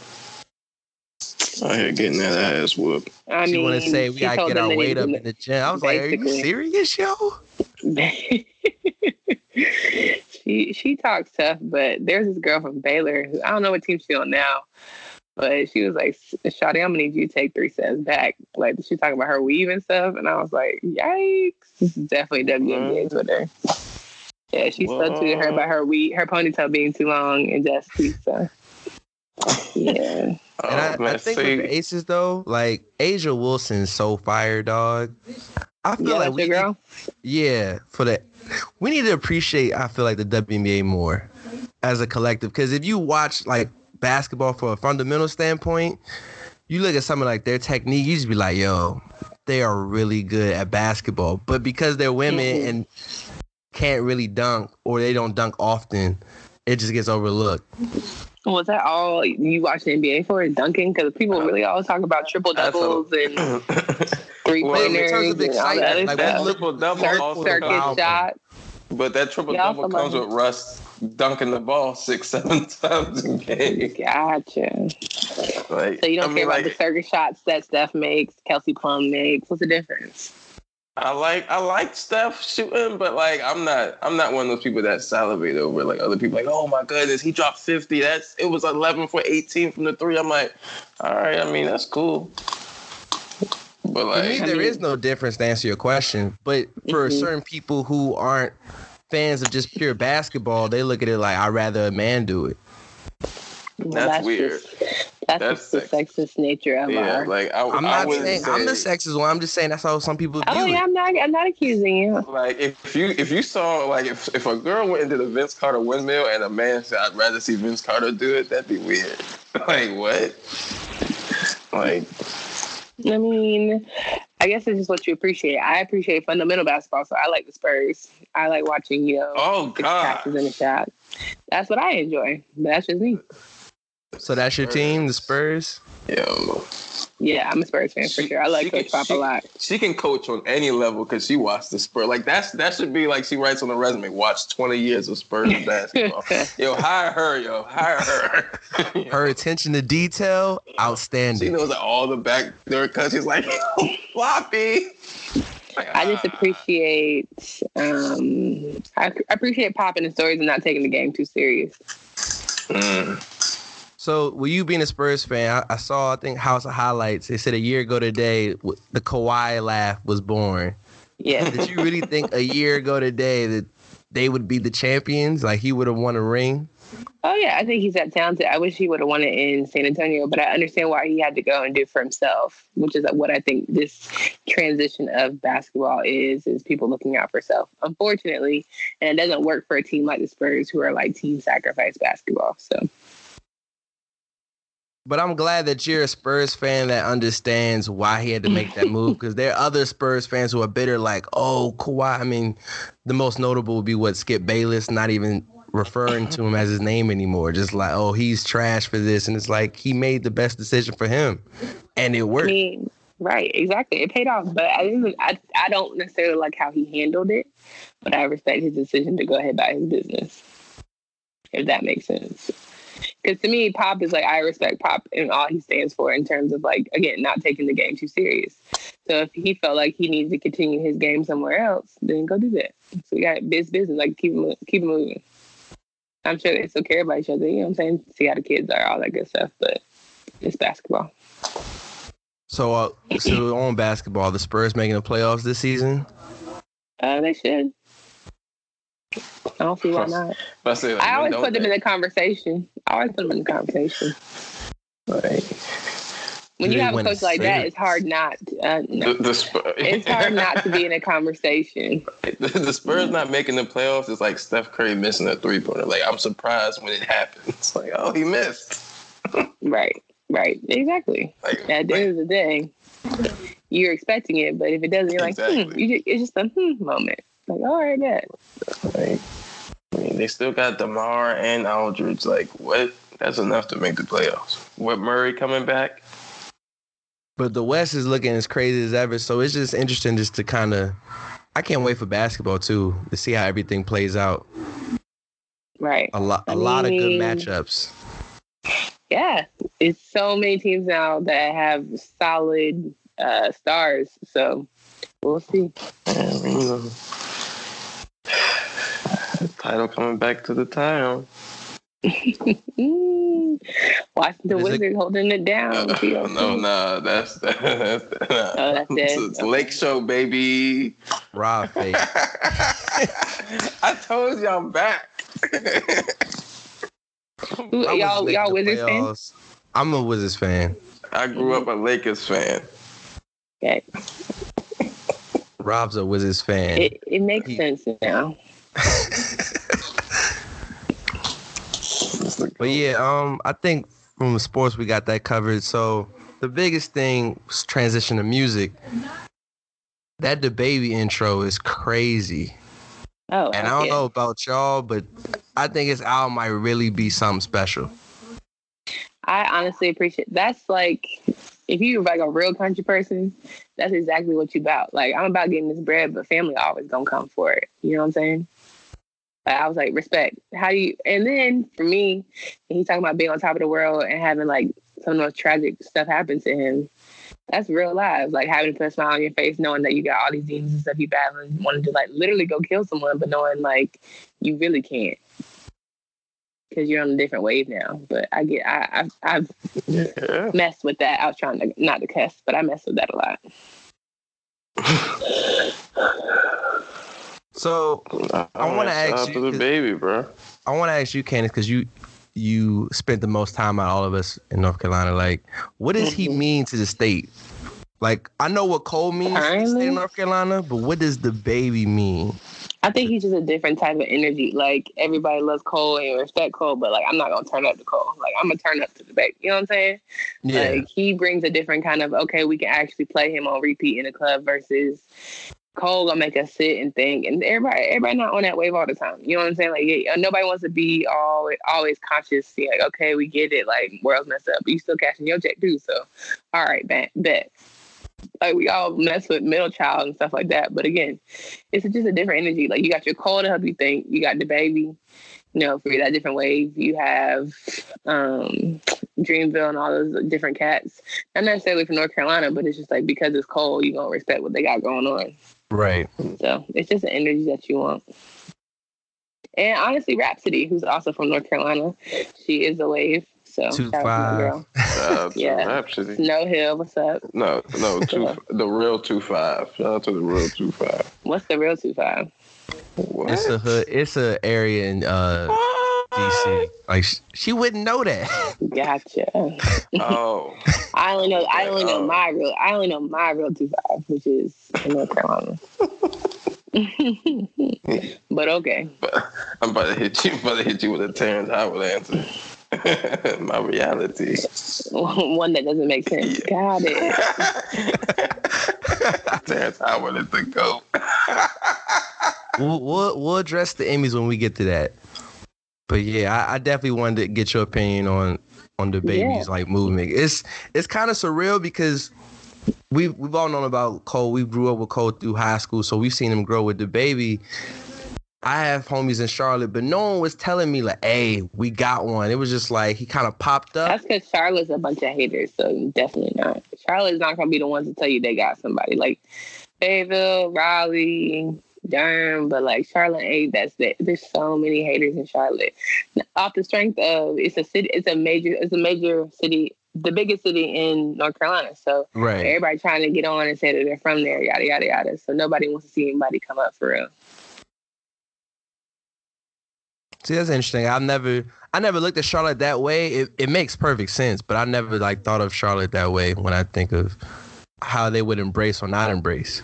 Out here getting that ass whooped. I she mean, want to say we she gotta told get them our they weight needed up to in the gym. I was like, are you Basically. serious, yo? Oh, [laughs] she she talks tough, but there's this girl from Baylor who I don't know what team she's on now, but she was like, "Shawty, I'm gonna need you to take three sets back." Like she talking about her weave and stuff, and I was like, "Yikes!" This is definitely WNBA Mm-hmm. Twitter. Yeah, she stuck to her about her weave, her ponytail being too long, and just pizza. Yeah, Oh, And I, I man, think see, with the Aces though, like Asia Wilson's so fire, dog. I feel yeah, like that's we, your girl. yeah, for that, we need to appreciate. I feel like the WNBA more as a collective because if you watch like basketball from a fundamental standpoint, you look at something like their technique, you just be like, yo, they are really good at basketball, but because they're women Mhm. and can't really dunk or they don't dunk often, it just gets overlooked. Was that all you watched the NBA for? Is dunking? Because people really all talk about triple doubles and three Well, in pointers terms of and all that excitement, other like, stuff. that [laughs] triple double Circus- also circus comes, circuit shot. but that triple Yeah, double also comes love- with Russ dunking the ball six, seven [laughs] times a game. Gotcha. Like, So you don't I care mean, about like, the circus shots that Steph makes, Kelsey Plum makes. What's the difference? I like I like Steph shooting, but like I'm not I'm not one of those people that salivate over like other people like oh my goodness he dropped 50 that's it was 11 for 18 from the three I'm like all right I mean that's cool, but For me, like there mean- is no difference to answer your question, but for Mm-hmm. Mhm. certain people who aren't fans of just pure basketball, they look at it like I'd rather a man do it. Well, That's weird. just- that's, That's just the sexist nature of yeah our. like I, I'm I not wouldn't saying say, I'm the sexist one. I'm just saying that's how some people view oh, yeah, it. I'm not. I'm not accusing you. Like if you if you saw like if, if a girl went into the Vince Carter windmill and a man said I'd rather see Vince Carter do it, that'd be weird. [laughs] like what? Like I mean, I guess it's just what you appreciate. I appreciate fundamental basketball, so I like the Spurs. I like watching you know oh six passes god, in a shot. That's what I enjoy. But that's just me. So that's your team, the Spurs. yo, Yeah, I'm a Spurs fan for She- sure. I she like can- Coach Pop she- a lot. she can coach on any level because she watched the Spurs. Like that's that should be like she writes on the resume. Watch twenty years of Spurs [laughs] basketball. yo, hire her. Yo, hire her. [laughs] Her attention to detail, She outstanding. knows like, all the backdoor cuts. She's like [laughs] floppy. Like, I just ah. appreciate um, I, I appreciate popping the stories and not taking the game too serious. Mm. So, with you being a Spurs fan, I, I saw I think House of Highlights. They said a year ago today, w- the Kawhi laugh was born. [laughs] Yes, Did you [laughs] really think a year ago today that they would be the champions? Like he would have won a ring? oh yeah, I think he's that talented. I wish he would have won it in San Antonio, but I understand why he had to go and do it for himself, which is what I think this transition of basketball is: is people looking out for self. Unfortunately, and it doesn't work for a team like the Spurs, who are like team sacrifice basketball. So But I'm glad that you're a Spurs fan that understands why he had to make that move because there are other Spurs fans who are bitter, like, oh, Kawhi. I mean, the most notable would be what Skip Bayless, not even referring to him as his name anymore. Just like, oh, he's trash for this. And it's like, he made the best decision for him and it I worked. mean, right, exactly. It paid off, but I didn't. I, I don't necessarily like how he handled it, but I respect his decision to go ahead about his business. If that makes sense, because to me, Pop is like I respect Pop and all he stands for in terms of like again not taking the game too serious. So if he felt like he needed to continue his game somewhere else, then go do that. So we got biz business, like keep it mo- keep it moving. I'm sure they still care about each other. You know what I'm saying? See how the kids are, all that good stuff. But it's basketball. So, uh, so on basketball, the Spurs making the playoffs this season. Uh, they should. I don't see why not. But I, say, like, I when always don't put them they? in the conversation. I always put them in the conversation. Like, When You you didn't have a win a coach like that, series. it's hard not. Uh, the, no. the Spurs. It's [laughs] hard not to be in a conversation. the, the Spurs not making the playoffs is like Steph Curry missing a three pointer. Like I'm surprised when it happens. [laughs] Like oh he missed. Right, right, exactly. Like, At the end of the day, you're expecting it, but if it doesn't, you're like, hmm. Exactly. You just, it's just a hmm moment. Like, all right, that. like, I mean they still got Demar and Aldridge. Like what? That's enough to make the playoffs. What Murray coming back? But the West is looking as crazy as ever. So it's just interesting just to kind of. I can't wait for basketball too to see how everything plays out. Right. A lot, a I lot of good mean- matchups. yeah, it's so many teams now that have solid uh, stars. So we'll see. [laughs] Yeah, I mean, you know, title coming back to the town. Mm. Is Washington it- Wizards holding it down. no, [laughs] no, nah, that's [laughs] that's, Oh, that's it. It's a Lake Show, baby. [laughs] [laughs] Rob face. I told you I'm back. [laughs] Who- I was y'all, late y'all to Wizards playoffs. fans? I'm a Wizards fan. I grew up a Lakers fan. Okay. Rob's a Wizards fan. It, it makes He- sense now. But yeah, um, I think from sports we got that covered. So the biggest thing was transition to music. That the baby intro is crazy, Oh, and I heck don't yeah. know about y'all, but I think his album might really be something special. I honestly appreciate that's like if you like a real country person, that's exactly what you about. Like I'm about getting this bread, but family always gonna come for it. You know what I'm saying? Like, I was like, respect. How do you and then for me, and he's talking about being on top of the world and having like some of the most tragic stuff happen to him. That's real lives. Like having to put a smile on your face, knowing that you got all these demons and stuff you battling, wanting to like literally go kill someone, but knowing like you really can't. Cause you're on a different wave now. But I get I I I've Yeah. mess with that. I was trying to not to cuss, but I mess with that a lot. So I wanna ask shout out you, to the 'cause- baby, bro. I want to ask you, Candace, because you you spent the most time out of all of us in North Carolina. Like, what does he mean to the state? Like, I know what Cole means to the state of Ireland? North Carolina, but what does the baby mean? I think he's just a different type of energy. Like everybody loves Cole and respect Cole, but like I'm not gonna turn up to Cole. Like I'm gonna turn up to the back. You know what I'm saying? Like he brings a different kind of okay, we can actually play him on repeat in the club versus Cole gonna make us sit and think. And everybody, everybody not on that wave all the time. You know what I'm saying? Like yeah, nobody wants to be always always conscious. See, like okay, we get it. Like world's messed up, but you still cashing your check too. So all right, bet, bet. Like we all mess with middle child and stuff like that. But again, it's just a different energy. Like you got your Cole to help you think. You got the baby. You know, for that different wave, you have um, Dreamville and all those different cats. Not necessarily from North Carolina, but it's just like because it's cold, you gonna respect what they got going on. right. So it's just the energy that you want. And honestly, Rhapsody, who's also from North Carolina, she is a wave. So Two shout out to my five. girl. Shout out to [laughs] Yeah. Rhapsody. Snow Hill, what's up? No, [laughs] no, two, the real two five. Shout out to the real two five. What's the real two five? What? It's a hood. It's a area in uh, DC. Like sh- she wouldn't know that. [laughs] Gotcha. Oh, I only know I only know Oh. my real I only know my real two five, which is in North [laughs] Carolina. [laughs] but okay. [laughs] I'm about to hit you. I'm about to hit you with a Terrence Howard answer. [laughs] My reality. One that doesn't make sense. Got it. Terrence Howard is the goat. we'll, we'll we'll address the Emmys when we get to that. But yeah, I, I definitely wanted to get your opinion on on the baby's like movement. It's it's kind of surreal because we we've all known about Cole. We grew up with Cole through high school, so we've seen him grow with the baby. I have homies in Charlotte, but no one was telling me like, "Hey, we got one." It was just like he kind of popped up. That's because Charlotte's a bunch of haters, so definitely not. Charlotte's not gonna be the ones to tell you they got somebody like Fayetteville, Raleigh, Durham, but like Charlotte ain't. That's that. There's so many haters in Charlotte. Off the strength of it's a city, it's a major, it's a major city, the biggest city in North Carolina. So right. everybody trying to get on and say that they're from there, yada yada yada. So nobody wants to see anybody come up for real. See, that's interesting. I've never, I never looked at Charlotte that way. It, it makes perfect sense, but I never like thought of Charlotte that way when I think of how they would embrace or not embrace.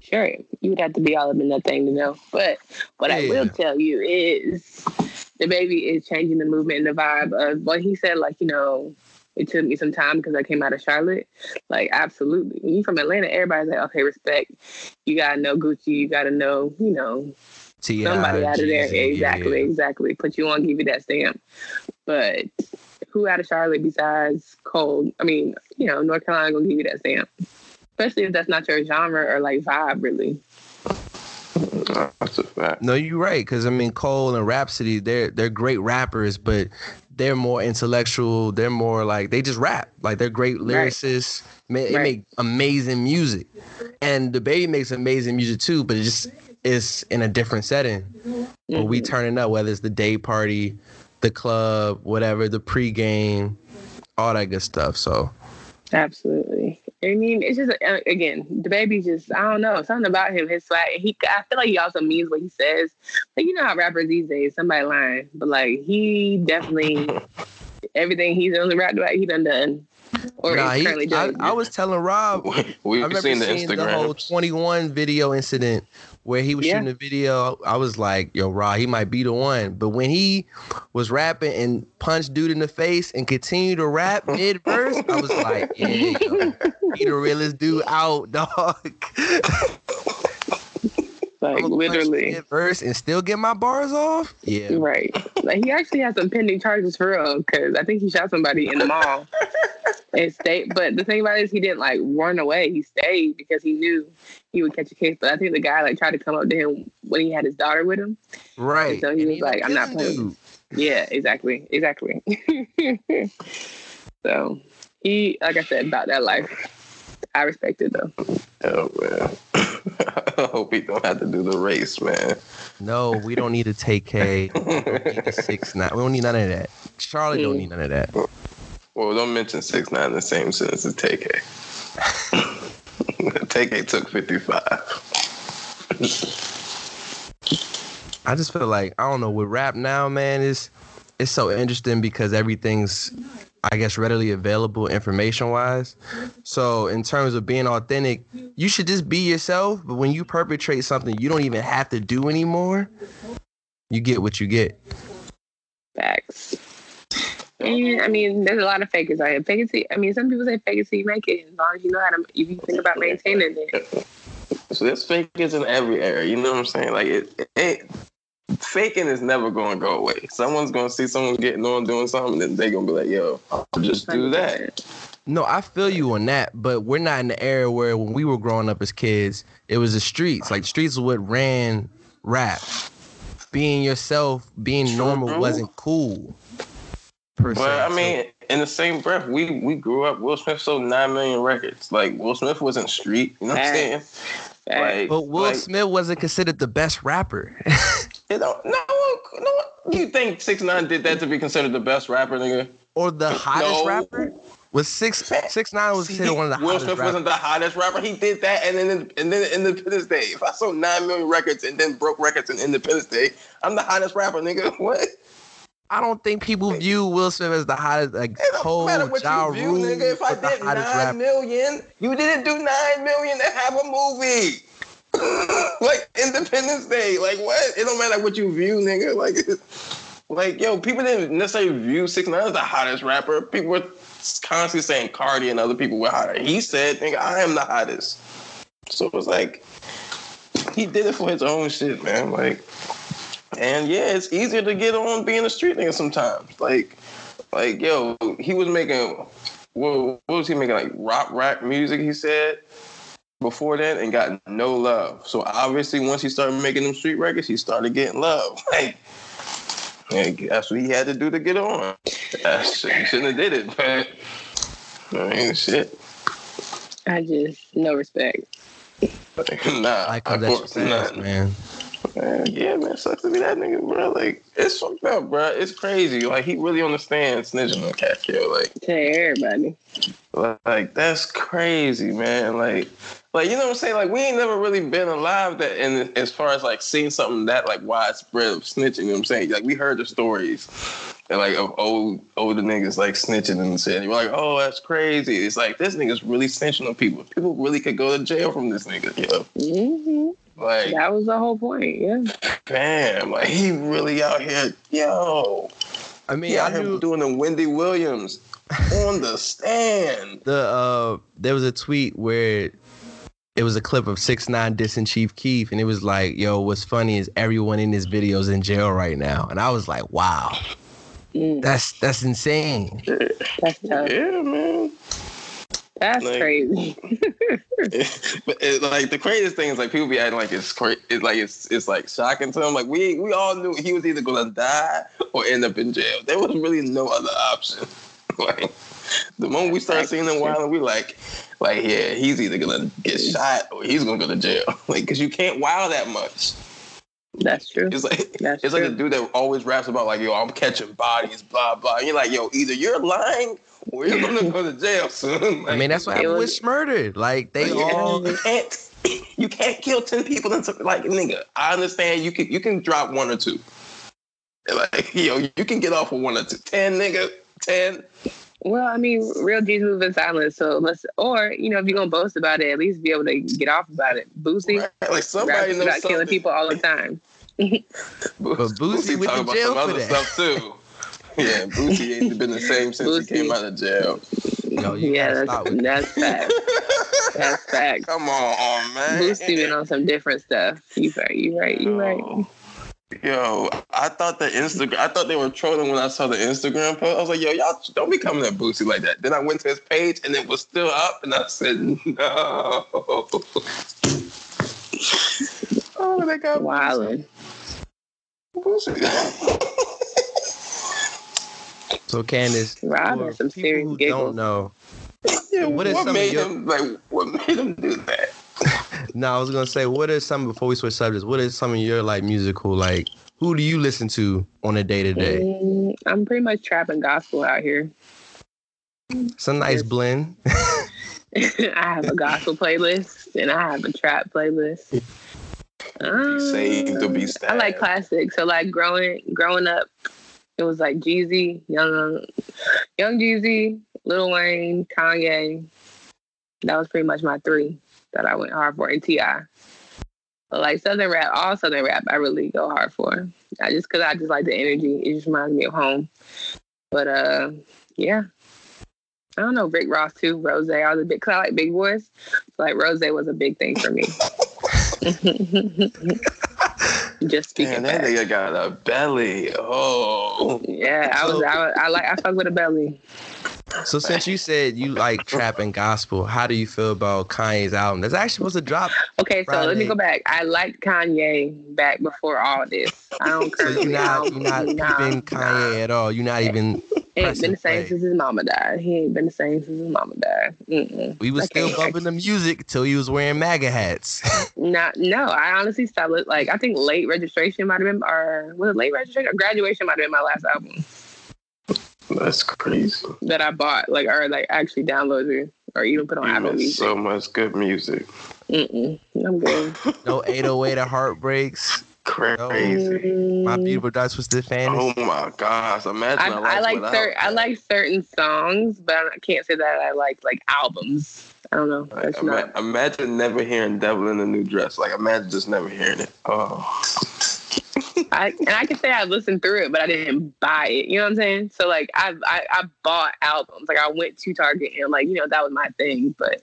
Sure, you would have to be all up in that thing to know. But what I will Yeah. tell you is the baby is changing the movement and the vibe of what he said, like, you know, it took me some time because I came out of Charlotte. Like, absolutely. When you from Atlanta, everybody's like, okay, respect. You gotta know Gucci, you gotta know, you know, Ti, somebody out of there. Jeezy, yeah. Exactly, exactly. Put you on, give you that stamp. But who out of Charlotte besides Cold? I mean, you know, North Carolina gonna give you that stamp. Especially if that's not your genre or like vibe really. That's a fact. No, you're right. Because I mean, Cole and Rhapsody, they're they're great rappers, but they're more intellectual. They're more like they just rap. Like they're great lyricists. Ma- They Right. make amazing music, and the baby makes amazing music too. But it just is in a different setting. But Mm-hmm. we turning up, whether it's the day party, the club, whatever, the pregame, all that good stuff. So Absolutely. I mean, it's just uh, again, the baby just I don't know something about him, his swag. and He, I feel like he also means what he says. Like you know how rappers these days, somebody lying, but like he definitely everything he's only rapped about, he done done, or Nah, is he- currently I, doing. I was telling Rob I We've remember seen the seeing the Instagram. whole 21 video incident where he was Yeah. shooting a video. I was like, yo, Rod, he might be the one. But when he was rapping and punched dude in the face and continued to [laughs] rap mid verse, I was like, yeah, yo, he the realest dude out, [laughs] dog. like literally. Mid verse and still get my bars off? Yeah. Right. Like he actually has some pending charges for real because I think he shot somebody in the mall. and stayed, but the thing about it is he didn't like run away. He stayed because he knew he would catch a case. But I think the guy like tried to come up to him when he had his daughter with him. Right. So he And was like, I'm not killing playing. Yeah, exactly, exactly. [laughs] so he, like I said, about that life. I respect it though. Oh, man. [laughs] I hope he don't have to do the race, man. No, we don't need a TK. We don't need a six nine. We don't need none of that. Charlie don't Mm. need none of that. Well, don't mention six nine in the same sentence as TK. [laughs] TK took fifty five. I just feel like I don't know with rap now, man. It's it's so interesting because everything's I guess readily available information wise. So in terms of being authentic, you should just be yourself. But when you perpetrate something, you don't even have to do anymore. You get what you get. Facts. And I mean, there's a lot of fakers out here. Fake it till, I mean, some people say fake it till you make it. As long as you know how to, if you think about maintaining it. So this fake is in every area. You know what I'm saying? Like it, it, faking is never going to go away. Someone's going to see someone getting on doing something, and they're going to be like, "Yo, just do that." No, I feel you on that, but we're not in the era where when we were growing up as kids, it was the streets. Like streets is what ran rap. Being yourself, being normal True. wasn't cool. per se. But I So- mean, in the same breath, we we grew up. Will Smith sold nine million records. Like Will Smith wasn't street. You know what I'm saying? Like, But Will like, Smith wasn't considered the best rapper. [laughs] You know, no one, no one. You think Six Nine did that to be considered the best rapper, nigga? or the hottest No. rapper. Was six six nine was See, considered one of the Will hottest Smith rappers. wasn't the hottest rapper. He did that, and then and then Independence Day. If I sold nine million records and then broke records in Independence Day, I'm the hottest rapper, nigga. [laughs] What? It I don't think people view Will Smith as the hottest like don't whole matter what Ja you view, Rule nigga. If I was the did hottest nine rapper. million, you didn't do nine million to have a movie. [laughs] like Independence Day. Like what? It don't matter what you view, nigga. [laughs] Like, like yo, people didn't necessarily view Six Nine as the hottest rapper. People were constantly saying Cardi and other people were hotter. He said, nigga, I am the hottest. So it was like he did it for his own shit, man. Like, and yeah, it's easier to get on being a street nigga sometimes. Like, like yo, he was making what, what was he making like rock rap music? He said before that and got no love. So obviously, once he started making them street records, he started getting love. [laughs] Like, and that's what he had to do to get on. I should, he shouldn't have did it, but. I mean, shit. I just no respect. [laughs] Nah, I of come at course you not. fast, man. Man, yeah, man, sucks to be that nigga, bro. Like, it's fucked up, bro. It's crazy. Like, he really on the stand snitching on Cat Kill. Like, to everybody. Like, like, that's crazy, man. Like, like you know what I'm saying? Like we ain't never really been alive that, and as far as like seeing something that like widespread of snitching, you know what I'm saying? Like we heard the stories, and, like of old older niggas like snitching and saying, you're like, oh, that's crazy. It's like this nigga's really snitching on people. People really could go to jail from this nigga. You know? hmm Like, That was the whole point. Yeah. bam, like he really out here, yo. I mean, Yeah, I I him knew doing the Wendy Williams on the stand. the uh there was a tweet where it was a clip of six nine dissing Chief Keef, and it was like, "Yo, what's funny is everyone in this video is in jail right now," and I was like, "Wow, Mm, that's that's insane." that's tough. Yeah, man. That's Like- crazy. [laughs] [laughs] but it, like the craziest thing is like people be acting like it's cra- it's like it's it's like shocking to them. Like we we all knew he was either gonna die or end up in jail. There was really no other option. [laughs] like the moment we started seeing them wilding, we like like yeah, he's either gonna get shot or he's gonna go to jail. [laughs] Like because you can't wild that much. That's true. It's like That's it's like true. the dude that always raps about like yo, I'm catching bodies, blah blah. And you're like yo, either you're lying or you're gonna go to jail [laughs] soon. I Like, mean, that's what It happened was- with Smurdered. Like they you all can't [coughs] you can't kill ten people in some- like nigga. I understand you can you can drop one or two. Like yo, you can get off with one or two. Ten nigga, ten. Well, I mean, real G's move in silence. So let's, or you know, if you're gonna boast about it, at least be able to get off about it. Boosie, Right? Like somebody raps knows about something. killing people all the time. But Boosie went to jail for that. [laughs] stuff too. Yeah, Boosie ain't been the same since Boosie. he came out of jail. no, [laughs] you Yeah, gotta that's stop with that's fact. That's [laughs] fact. Come on, man. Boosie been on some different stuff. You right, you right, you right. Yo, I thought the Instagram. I thought they were trolling when I saw the Instagram post. I was like, "Yo, y'all don't be coming at Boosie like that." Then I went to his page and it was still up, and I said, "No." [laughs] oh, they got Wildin'. [laughs] Boosie. So Candace, Robin, for some people serious who giggles. don't know. yeah, What is what some of made your- him like? What made him do that? No, I was gonna say, what are some before we switch subjects? What are some of your like musical like? Who do you listen to on a day to day? Mm, I'm pretty much trapping gospel out here. It's a nice blend. [laughs] [laughs] I have a gospel playlist and I have a trap playlist. Um, saved or be I like stabbed. classics. So like growing growing up, it was like Jeezy, Young Young Jeezy, Lil Wayne, Kanye. That was pretty much my three that I went hard for in Ti. But like Southern rap, all Southern rap, I really go hard for. I just cause I just like the energy. It just reminds me of home. But uh, yeah. I don't know Rick Ross too, Rose. I was a big, cause I like big boys. So like Rose was a big thing for me. [laughs] Just Damn, speaking that facts. nigga got a belly. Oh, Yeah, I was, I was, I like, I fuck with a belly. So since you said you like trap and gospel, how do you feel about Kanye's album? That's actually supposed to drop. Okay, so let me Friday. go back. I liked Kanye back before all this. I don't So currently. [laughs] you're I not don't- you're not nah, peeping Kanye at all. You're not even. ain't been the same pressing since his mama died. He ain't been the same since his mama died. Mm-mm. We was I can't- still bumping the music till you was wearing MAGA hats. [laughs] Not, no, I honestly stopped. li- Like, I think late registration might have been, or was it late registration? Or graduation might have been my last album that's crazy. that I bought, like, or like actually downloaded or even put on You Apple missed Music. so much good music. Mm-mm. I'm good. no 808 or heartbreaks. Oh, Crazy. My Mm. beautiful dark twisted fantasy. Oh my gosh! Imagine I, I, I like cer- I like certain songs, but I can't say that I like like albums. I don't know. That's Ima- not. imagine never hearing "Devil in a New Dress." Like imagine just never hearing it. Oh, I and I can say I listened through it, but I didn't buy it. You know what I'm saying? So like I I, I bought albums. Like I went to Target and like you know that was my thing. But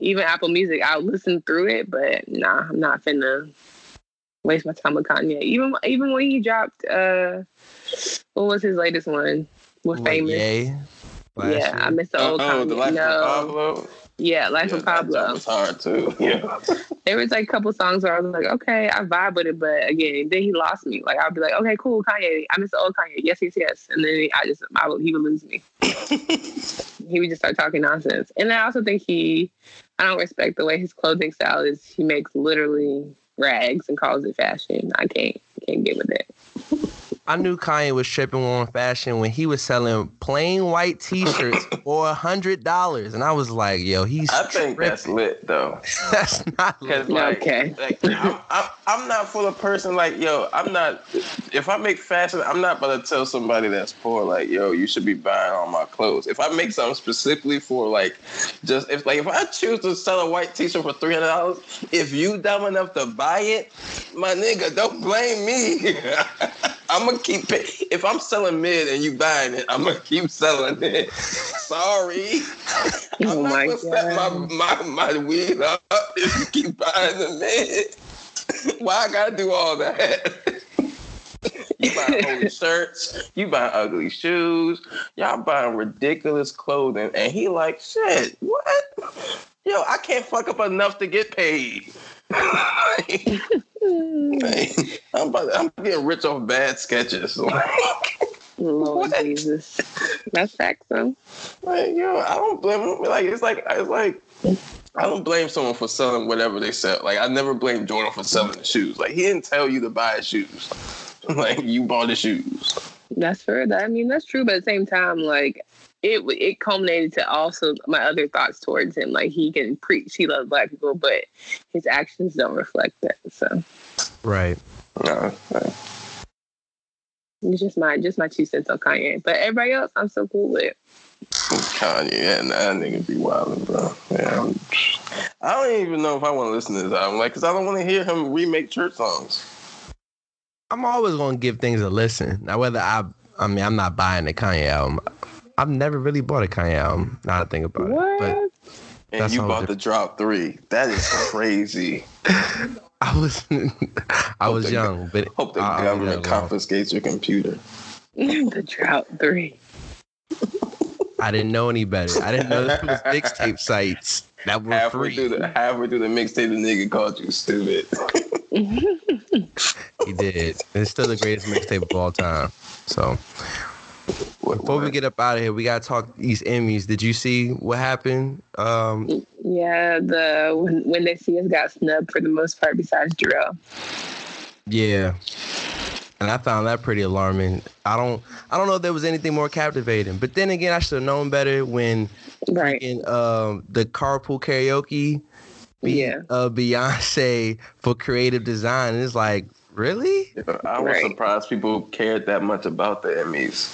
even Apple Music, I listened through it, but nah, I'm not finna waste my time with Kanye. Even even when he dropped uh, what was his latest one? Was What, famous. Yay. Last Yeah, I year? miss the old oh, Kanye. the life no. of Pablo. Yeah, Life Yeah, of that Pablo. was hard too. Yeah, there was like a couple songs where I was like, okay, I vibe with it, but again, then he lost me. Like I'd be like, okay, cool, Kanye, I miss the old Kanye, yes, yes, yes, and then I just, I would, he would lose me. he would just start talking nonsense, and I also think he, I don't respect the way his clothing style is. He makes literally rags and calls it fashion. I can't, can't get with it. I knew Kanye was tripping on fashion when he was selling plain white [laughs] T-shirts for a hundred dollars, and I was like, "Yo, he's I think that's tripping. lit though. [laughs] that's, not [laughs] lit. Cause like, Okay. like I'm, I'm, I'm not full of person. Like yo, I'm not. If I make fashion, I'm not about to tell somebody that's poor. Like yo, you should be buying all my clothes. If I make something specifically for like, just if like if I choose to sell a white T-shirt for three hundred dollars, if you dumb enough to buy it, my nigga, don't blame me. [laughs] I'm gonna keep it. If I'm selling mid and you buying it, I'm gonna keep selling it. [laughs] Sorry. I'm Oh not my gonna step God. my, my, my weed up if you [laughs] keep buying the mid. Why I gotta do all that? [laughs] You buying [laughs] holy shirts. You buying ugly shoes. Y'all buying ridiculous clothing. And he like, shit, what? Yo, I can't fuck up enough to get paid. [laughs] Like, Mm. like, I'm, about to- I'm getting rich off bad sketches. [laughs] Like, Lord What? Jesus. That's facts though. Like, yo, I don't blame him. Like, it's like, it's like, I don't blame someone for selling whatever they sell. Like, I never blame Jordan for selling the shoes. Like, he didn't tell you to buy his shoes. [laughs] Like, you bought his shoes. That's fair. That- I mean, that's true. But at the same time, like it it culminated to also my other thoughts towards him. Like he can preach, he loves black people, but his actions don't reflect that. So Right. No, it's just my just my two cents on Kanye. But everybody else, I'm so cool with. Kanye, yeah, nah, that nigga be wildin', bro. Yeah, I'm- I don't even know if I want to listen to this album, like, cause I don't want to hear him remake church songs. I'm always gonna give things a listen. Now whether I I mean I'm not buying the Kanye album. I've never really bought a Kanye album. Now that I think about What? [laughs] it. And That sounds you about to drop three. That is crazy. But [laughs] I was I was the- young, but [laughs] Hope [laughs] the I- I was government young. confiscates your computer. the drought three. I didn't know any better. I didn't know this was mixtape sites that were free. Halfway through the halfway through the mixtape, the nigga called you stupid. [laughs] He did. And it's still the greatest mixtape of all time. So before we get up out of here, we gotta talk these Emmys. Did you see what happened? Um, Yeah, the when, when they see us got snubbed for the most part, besides Jarrell. yeah. And I found that pretty alarming. I don't I don't know if there was anything more captivating. But then again, I should have known better when Right. in um the carpool karaoke beat Yeah. uh Beyonce for creative design. And it's like, really? I was Right. surprised people cared that much about the Emmys.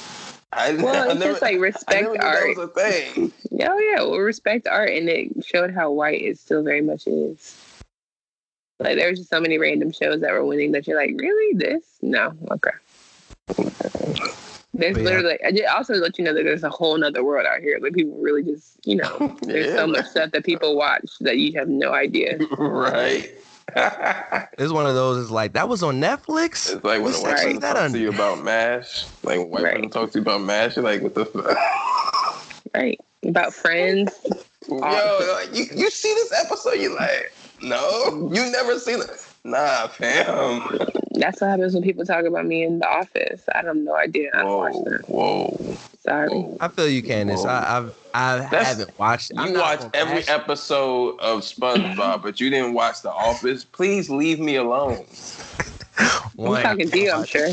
I, [laughs] Well, I it's just like I respect never knew that art. was a thing. Yeah, Oh, yeah. Well, respect art, and it showed how white it still very much is. Like there was just so many random shows that were winning that you're like, really? This? No, okay. There's But yeah. literally. I just also let you know that there's a whole nother world out here. Like people really just, [laughs] you know, there's Yeah. so much stuff that people watch that you have [laughs] no idea. right. It's one of those is like that was on Netflix? It's like when a What's white that? person That talks un- to you about MASH. Like when a white Right. person talks to you about MASH, you're like, what the fuck? Right. About friends. [laughs] Yo, like, you, you see this episode, you like, no, you never seen it. Nah, fam. That's what happens when people talk about me in the office. I have no idea. I don't Whoa, watch that. whoa. Sorry. whoa. I feel you, Candace. I, I've I That's- haven't watched. I'm You not watch gonna every bash- episode of SpongeBob, but you didn't watch The Office. Please leave me alone. We're one. talking to you, I'm sure.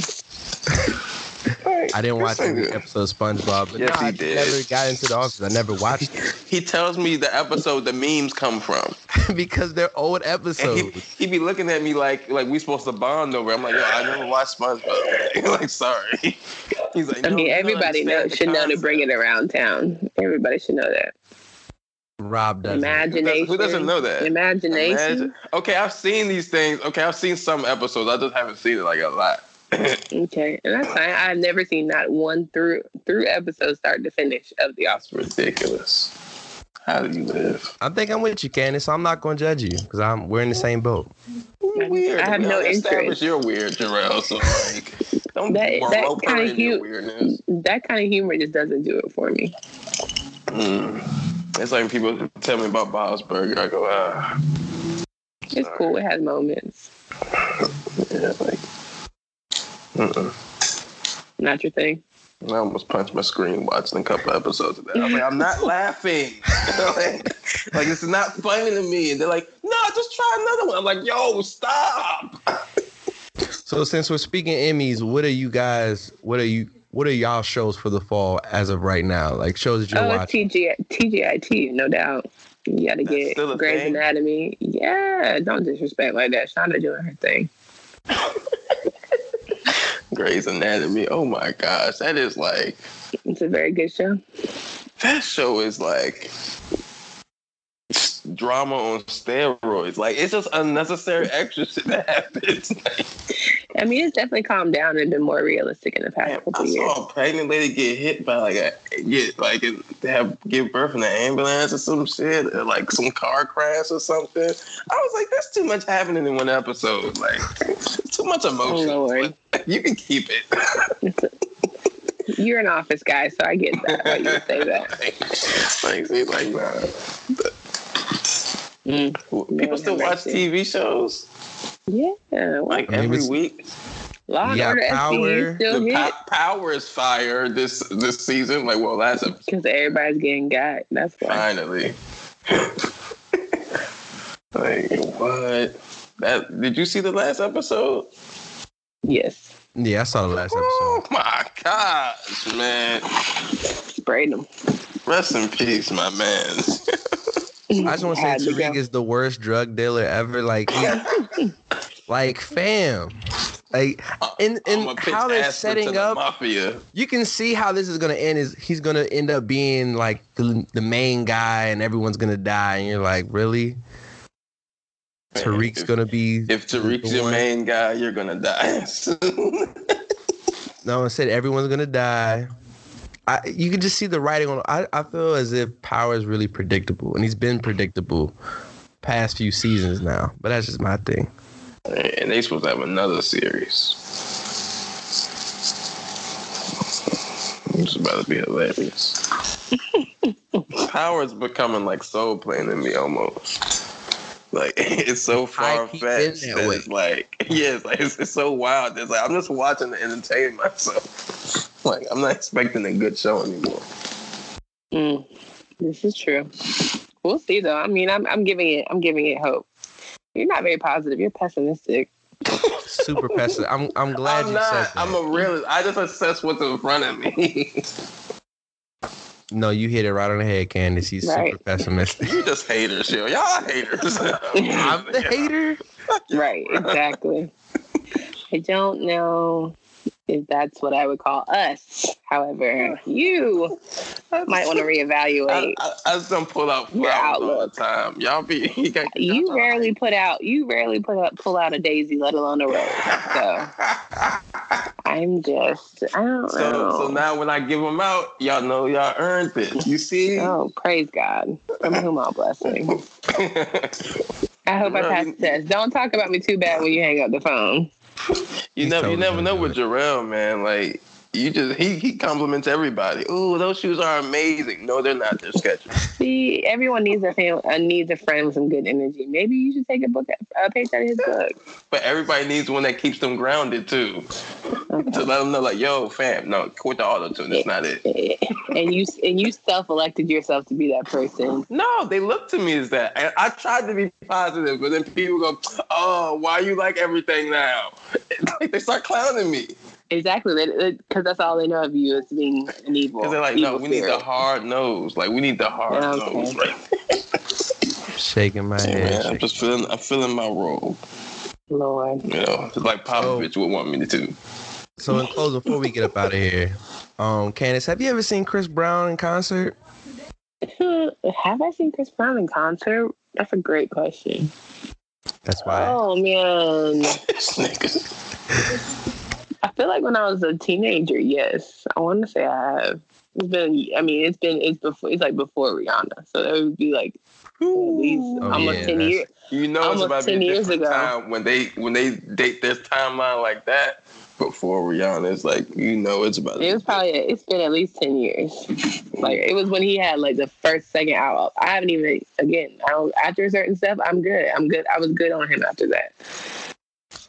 I didn't watch This every nigga. episode of SpongeBob, but Yes, no, he I did. never got into the office. I [laughs] never watched it He tells me the episode the memes come from. [laughs] [laughs] because they're old And episodes. he, he be looking at me like like we supposed to bond over. I'm like, yo, I never watched SpongeBob. [laughs] like, sorry. [laughs] He's like, I "No, mean, you don't everybody understand knows, the should know to concept." bring it around town. Everybody should know that. Rob doesn't. Who doesn't- Imagination. Who doesn't know that? Imagination. Imagine- Okay, I've seen these things. Okay, I've seen some episodes. I just haven't seen it like a lot. [laughs] Okay, and that's fine. I've never seen not one through through episode start to finish of The Office. It's ridiculous. How do you live? I think I'm with you, Candace. So I'm not going to judge you because I'm we're in the same boat. You're weird. I have We no already established interest. You're weird, Jarrell. So like, don't That- rope that her kinda in your hu- weirdness. That kind of humor just doesn't do it for me. Mm. It's like when people tell me about Bob's Burger. I go, ah, It's cool. It has moments. yeah, like. Mm-mm. Not your thing. And I almost punched my screen watching a couple episodes of that. I'm like, I'm not laughing. [laughs] like, like, it's not funny to me. And they're like, no, just try another one. I'm like, yo, stop. [laughs] So since we're speaking Emmys, what are you guys? What are you? What are y'all shows for the fall as of right now? Like shows that you're oh, it's watching. TGI, TGIT, no doubt. You gotta That's still a get Grey's thing? Anatomy. Yeah, don't disrespect like that. Shonda doing her thing. Grey's Anatomy. Oh my gosh. That is like, It's a very good show. that show is like s- drama on steroids. [laughs] Like, it's just unnecessary extra shit that happens. Like, I mean, it's definitely calmed down and been more realistic in the past Damn, couple I years. saw a pregnant lady get hit by like a get like it- they have give birth in an ambulance or some shit, or like some car crash or something. I was like, that's too much happening in one episode. Like, [laughs] it's too much emotion. Lord. You can keep it. [laughs] You're an office guy, so I get that why you would [laughs] say that. like, see, like, nah. Mm. People still watch TV shows Yeah, well, like I mean, every it's- week. Law and Yeah, Order Power, The SVU still hit po- power is fire this this season. Like, well, last episode, because everybody's getting got. That's why. finally. [laughs] like, what? That did you see the last episode? Yes, Yeah, I saw the last Oh [laughs] episode. my gosh, man! sprayed them. Rest in peace, my man. I just want to Had say to go. Tariq is the worst drug dealer ever. Like, [laughs] he- like fam, like [laughs] in I'ma in pitch how they're aspirin to setting the up. mafia. you can see how this is gonna end. Is he's gonna end up being like the, the main guy, and everyone's gonna die, and you're like, really? Tariq's gonna be If Tariq's the your one- main guy, you're gonna die [laughs] soon. No, I said everyone's gonna die. I, you can just see the writing on. I, I feel as if Power is really predictable, and he's been predictable past few seasons now. But that's just my thing. and they supposed to have another series. It's about to [laughs] be hilarious. Power's becoming like soul playing to me almost. Like [laughs] it's so far High-key been fetched that that way. it's like [laughs] yeah, it's like it's, it's so wild. It's like I'm just watching to entertain myself. [laughs] Like I'm not expecting a good show anymore. Mm, this is true. We'll see though. I mean, I'm I'm giving it. I'm giving it hope. You're not very positive. You're pessimistic. [laughs] Super pessimistic. I'm I'm glad I'm you not. said that. I'm a realist. I just assess what's in front of me. [laughs] no, you hit it right on the head, Candace. He's Right. super [laughs] pessimistic. you just haters, yo. Y'all haters. [laughs] [laughs] I'm the hater. [laughs] Right. Exactly. I don't know if that's what I would call us. However, you might want to I, reevaluate. I, I just don't pull out Your flowers all the time. Y'all be [laughs] you got You rarely put out. You rarely put up. Pull out a daisy, let alone a rose. So I'm just. I don't so, know. so now when I give them out, y'all know y'all earned it. You see? [laughs] Oh, praise God. From whom all blessings. I hope I pass the test. Don't talk about me too bad when you hang up the phone. you He never totally you never know gonna with Jarrell, man. Like you just he he compliments everybody. Ooh, those shoes are amazing. No, they're not. They're sketchy. See, everyone needs a fam- uh, needs a friend with some good energy. Maybe you should take a book a page out of his book. But everybody needs one that keeps them grounded too. to Okay. let them know, like, yo, fam, no, quit the auto tune. That's not it. and you and you self elected yourself to be that person. No, they look to me as that. And I tried to be positive, but then people go, "Oh, why you like everything now?" [laughs] Like they start clowning me Exactly, because that's all they know of you is being an evil. because they're like, "No, evil we need the spirit. hard nose. Like we need the hard Yeah, okay. nose." Right? Shaking my Yeah, head. I'm just feeling. I'm feeling my role. Lord. You know, It's like Popovich Oh. would want me to do. [laughs] So in closing, before we get up out of here, um, Candace, have you ever seen Chris Brown in concert? [laughs] Have I seen Chris Brown in concert? That's a great question. That's why. Oh man. This nigga. I feel like when I was a teenager, yes, I want to say I have. It's been, I mean, it's been, it's before, it's like before Rihanna, so that would be like at least Oh, almost yeah, ten that's- years. You know, it's Almost about to be 10 a years different ago. time when they when they date their timeline like that. Before Rihanna, it's like you know, it's about. to It be was probably, it's been at least ten years. Like it was when he had like the first, second album. I haven't even, again, I don't, after a certain stuff, I'm good. I'm good. I was good on him after that.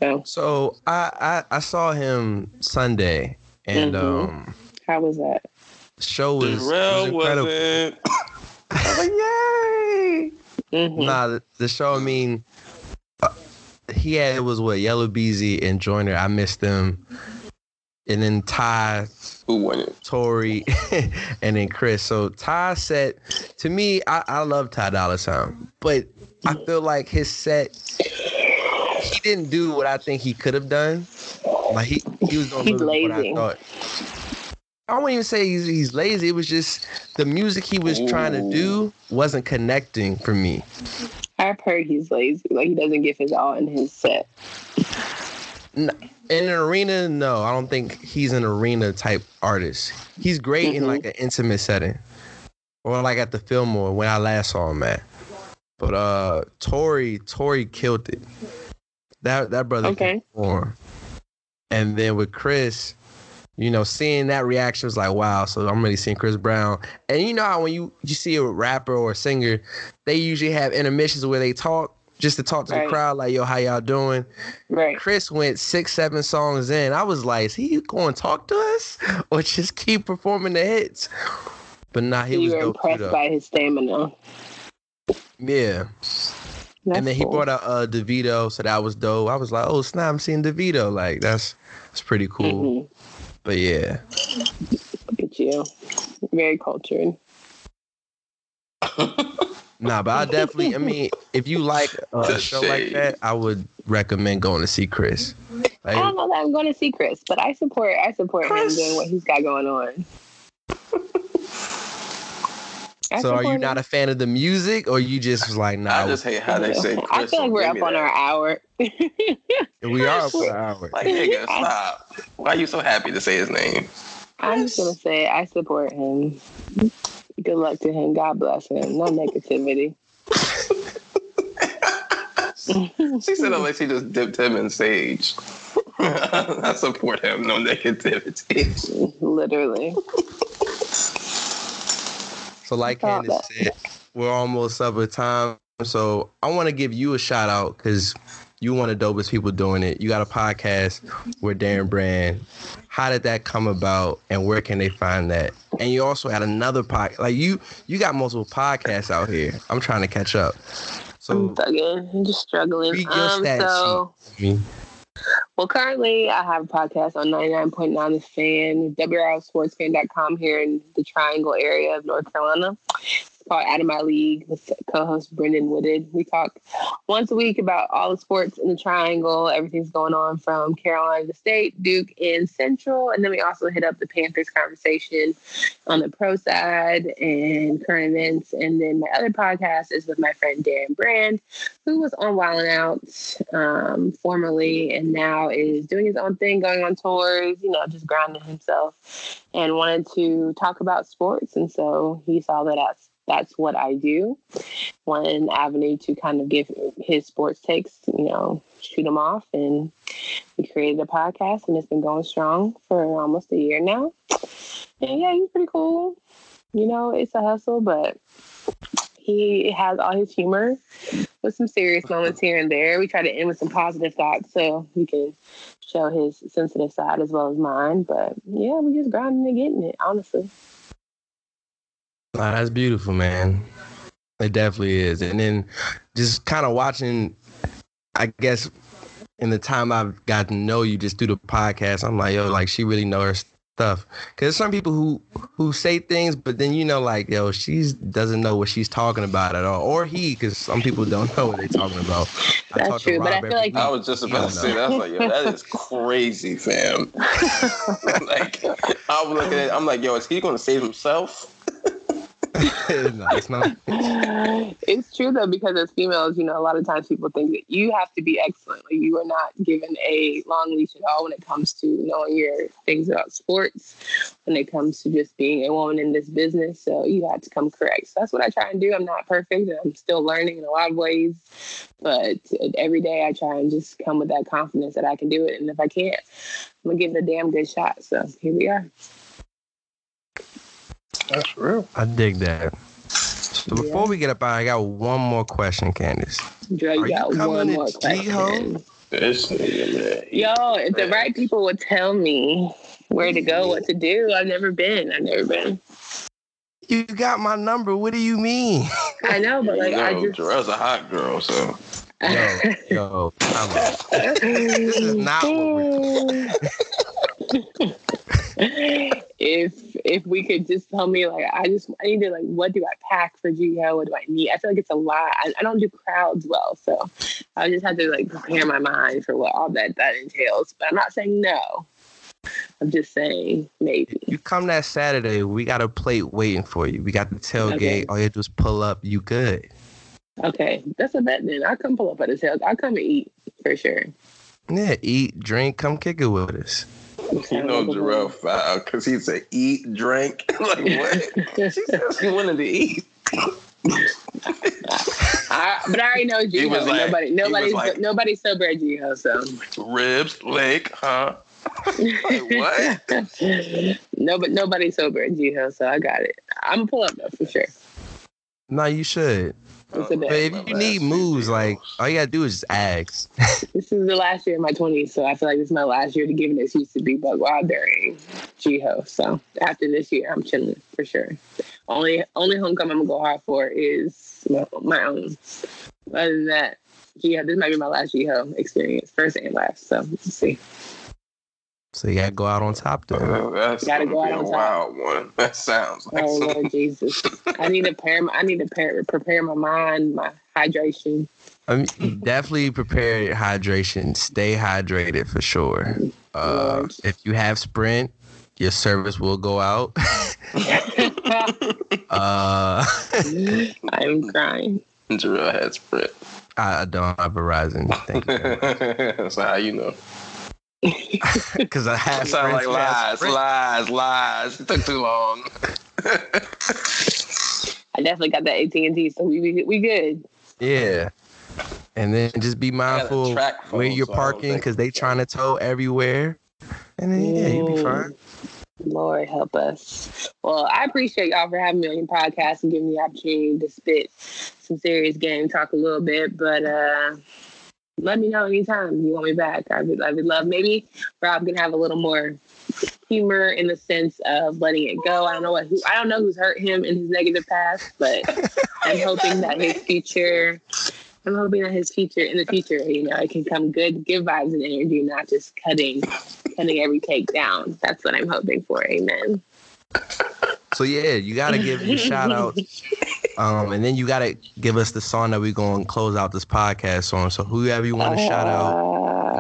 So So I I, I saw him Sunday, and Mhm. um, how was that? show was, was Jarrell incredible. wasn't. I was like, yay! Mm-hmm. Nah, the, the show. I mean, uh, he had it was what Yellow Beezy and Joyner. I missed them, and then Ty, Who won it? Tori, [laughs] and then Chris. So Ty set to me. I I love Ty Dolla Sign, but I feel like his set. He didn't do what I think he could have done. Like he, he was doing He's really lazy. What I thought. I wouldn't even say he's, he's lazy. It was just the music he was trying to do wasn't connecting for me. I've heard he's lazy. Like he doesn't give his all in his set. in an arena, no, I don't think he's an arena type artist. He's great in Mhm. like an intimate setting, or like at the Fillmore when I last saw him at. But uh, Tori, Tori killed it. That that brother Okay. can perform. And then with Chris, you know, seeing that reaction was like, wow. So I'm really seeing Chris Brown. And you know how when you you see a rapper or a singer, they usually have intermissions where they talk just to talk to Right. the crowd, like, yo, how y'all doing? Right. Chris went six, seven songs in. I was like, is he going to talk to us [laughs] or just keep performing the hits? But nah, he you was were dope too, impressed though. by his stamina. Yeah. and then he brought out uh, DeVito, so that was dope. I was like, oh, snap, I'm seeing DeVito. Like, that's, that's pretty cool. hmm But yeah. Look at you. Very cultured. Nah, but I definitely, I mean, if you like [laughs] uh, a show like Shade. that, I would recommend going to see Chris. Like, I don't know that I'm going to see Chris, but I support I support Chris. him doing what he's got going on. I so are you support not him. a fan of the music or you just was like, nah, I just hate how they say. Chris I feel like and we're give up me on that. our hour. [laughs] we are up for an hour. Like nigga, stop. Why you so happy to say his name? I'm just gonna say I support him. Good luck to him. God bless him. No negativity. [laughs] She said unless she just dipped him in sage. [laughs] I support him. No negativity. Literally. So, like Thought Candace said, we're almost up with time. So, I want to give you a shout out because you one of the dopest people doing it. You got a podcast with Darren Brand. How did that come about, and where can they find that? And you also had another podcast. Like you, you got multiple podcasts out here. I'm trying to catch up. I'm So, thugging. I'm just Read struggling. your Um, stat so, I mean, well, currently I have a podcast on 99.9 The Fan, WRLSportsFan.com here in the Triangle area of North Carolina. It's called Out of My League with co-host Brendan Wooded. We talk once a week about all the sports in the Triangle. Everything's going on from Carolina to State, Duke, and Central. And then we also hit up the Panthers conversation on the pro side and current events. And then my other podcast is with my friend Darren Brand, who was on Wild and Out um, formerly and now is doing his own thing, going on tours, you know, just grounding himself and wanted to talk about sports. And so he saw that as that's what I do. One avenue to kind of give his sports takes, you know, shoot them off. And we created a podcast and it's been going strong for almost a year now. And yeah, he's pretty cool. You know, it's a hustle, but he has all his humor with some serious moments here and there. We try to end with some positive thoughts so he can show his sensitive side as well as mine. But yeah, we just grinding and getting it, honestly. Nah, that's beautiful, man. It definitely is. And then just kind of watching, I guess, in the time I've gotten to know you just through the podcast, I'm like, yo, like she really know her stuff. Cause there's some people who who say things, but then you know, like, yo, she's doesn't know what she's talking about at all, or he, because some people don't know what they're talking about. That's talk to true, but Rob I feel every like- week. I was just about to say that. I was like, yo, that is crazy, fam. [laughs] like I'm looking at I'm like, yo, is he gonna save himself? [laughs] no, it's not. it's true though, because as females, you know, a lot of times people think that you have to be excellent. Like you are not given a long leash at all when it comes to knowing your things about sports, when it comes to just being a woman in this business. So you have to come correct. So that's what I try and do. I'm not perfect and I'm still learning in a lot of ways. But every day I try and just come with that confidence that I can do it. And if I can't, I'm gonna give it a damn good shot. So here we are. That's real. I dig that. So Yeah. before we get up out, I got one more question, Candace. Dre, Are you you got coming one to more G-Ho? question. This nigga, man. he- Yo, if the right people would tell me where to go, what to do, I've never been. I've never been. You got my number. What do you mean? I know, but like you I know, just Jarrell's a hot girl, so Yo, [laughs] yo, come on. This is not what we [laughs] if if we could just tell me like I just I need to like what do I pack for GEO? What do I need? I feel like it's a lot. I, I don't do crowds well, so I just have to like prepare my mind for what all that that entails. But I'm not saying no. I'm just saying maybe. You come that Saturday, we got a plate waiting for you. We got the tailgate. Okay. All you have to do is pull up. You good. Okay, that's a bet then. I come pull up at his house. I come and eat for sure. Yeah, eat, drink, come kick it with us. You know Jarrell foul because he said eat, drink. [laughs] like what? she said she wanted to eat. [laughs] I, but I already know G Ho. was like- nobody, he was nobody's, like- nobody's sober at G Ho. So [laughs] Ribs, leg, huh? [laughs] like what? no, but nobody's sober at G Ho. So I got it. I'm gonna pull up though for sure. No, you should. Oh, It's a But bet. if you need moves, like all you gotta do is just ask. This is the last year of my 20s, so I feel like this is my last year to give an excuse to be bug wild during G Ho. So after this year, I'm chilling for sure. Only only homecoming I'm gonna go hard for is my, my own. Other than that, G Ho, this might be my last G Ho experience, first and last. So let's see. So you gotta go out on top though. Uh, That's Gotta gotta go go out a on top. wild one. [laughs] That sounds like Oh some- Lord Jesus, I need to prepare. My, I need to prepare, prepare my mind, my hydration. I mean, definitely prepare your hydration. Stay hydrated for sure. Uh, Lord. if you have Sprint, your service will go out. uh, I'm crying. Jarrell had spread. I don't have Verizon. Thank you. [laughs] That's how you know. Because I have That sounds friends like who have lies, Sprint. lies, lies. It took too long. I definitely got that AT and T, so we we, we good. Yeah. And then just be mindful track phone, where you're so I don't parking think- because they trying to tow everywhere. And then yeah, you'll be Ooh. fine. Lord help us. Well, I appreciate y'all for having me on your podcast and giving me the opportunity to spit some serious game talk a little bit. But uh let me know anytime you want me back. I would I would love maybe Rob can have a little more humor in the sense of letting it go. I don't know what who I don't know who's hurt him in his negative past, but I'm hoping that his future I'm hoping that his future in the future, you know, it can come good, give vibes and energy, not just cutting cutting every cake down. That's what I'm hoping for. Amen. So yeah, you gotta give your shout out. [laughs] Um, and then you gotta give us the song that we're gonna close out this podcast on. So whoever you wanna shout out,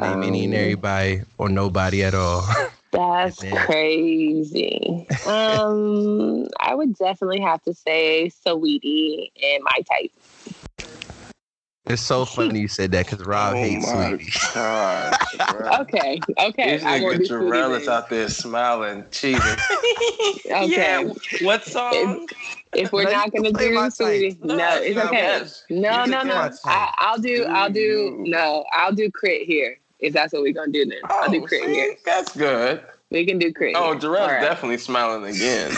Uh, name any Oh. and everybody or nobody at all. [laughs] That's Amen. crazy. um, I would definitely have to say Saweetie and my type. it's so funny you said that because Rob Oh hates sweetie. Oh, God, Jarrell. Okay, [laughs] okay. This I won't nigga be Saweetie Jarrell then. is out there smiling, cheating. Okay. [laughs] what If, if we're No, you not can gonna play do my type. Saweetie, no, No, it's no, okay. yes. No, You no, can play no. my I, type. I'll do, I'll do. Ooh. No, I'll do crit here. If that's what we're gonna do then, I'll do Oh, crit see? here. That's good. We can do crit. Oh, here. Jarrell's definitely smiling again.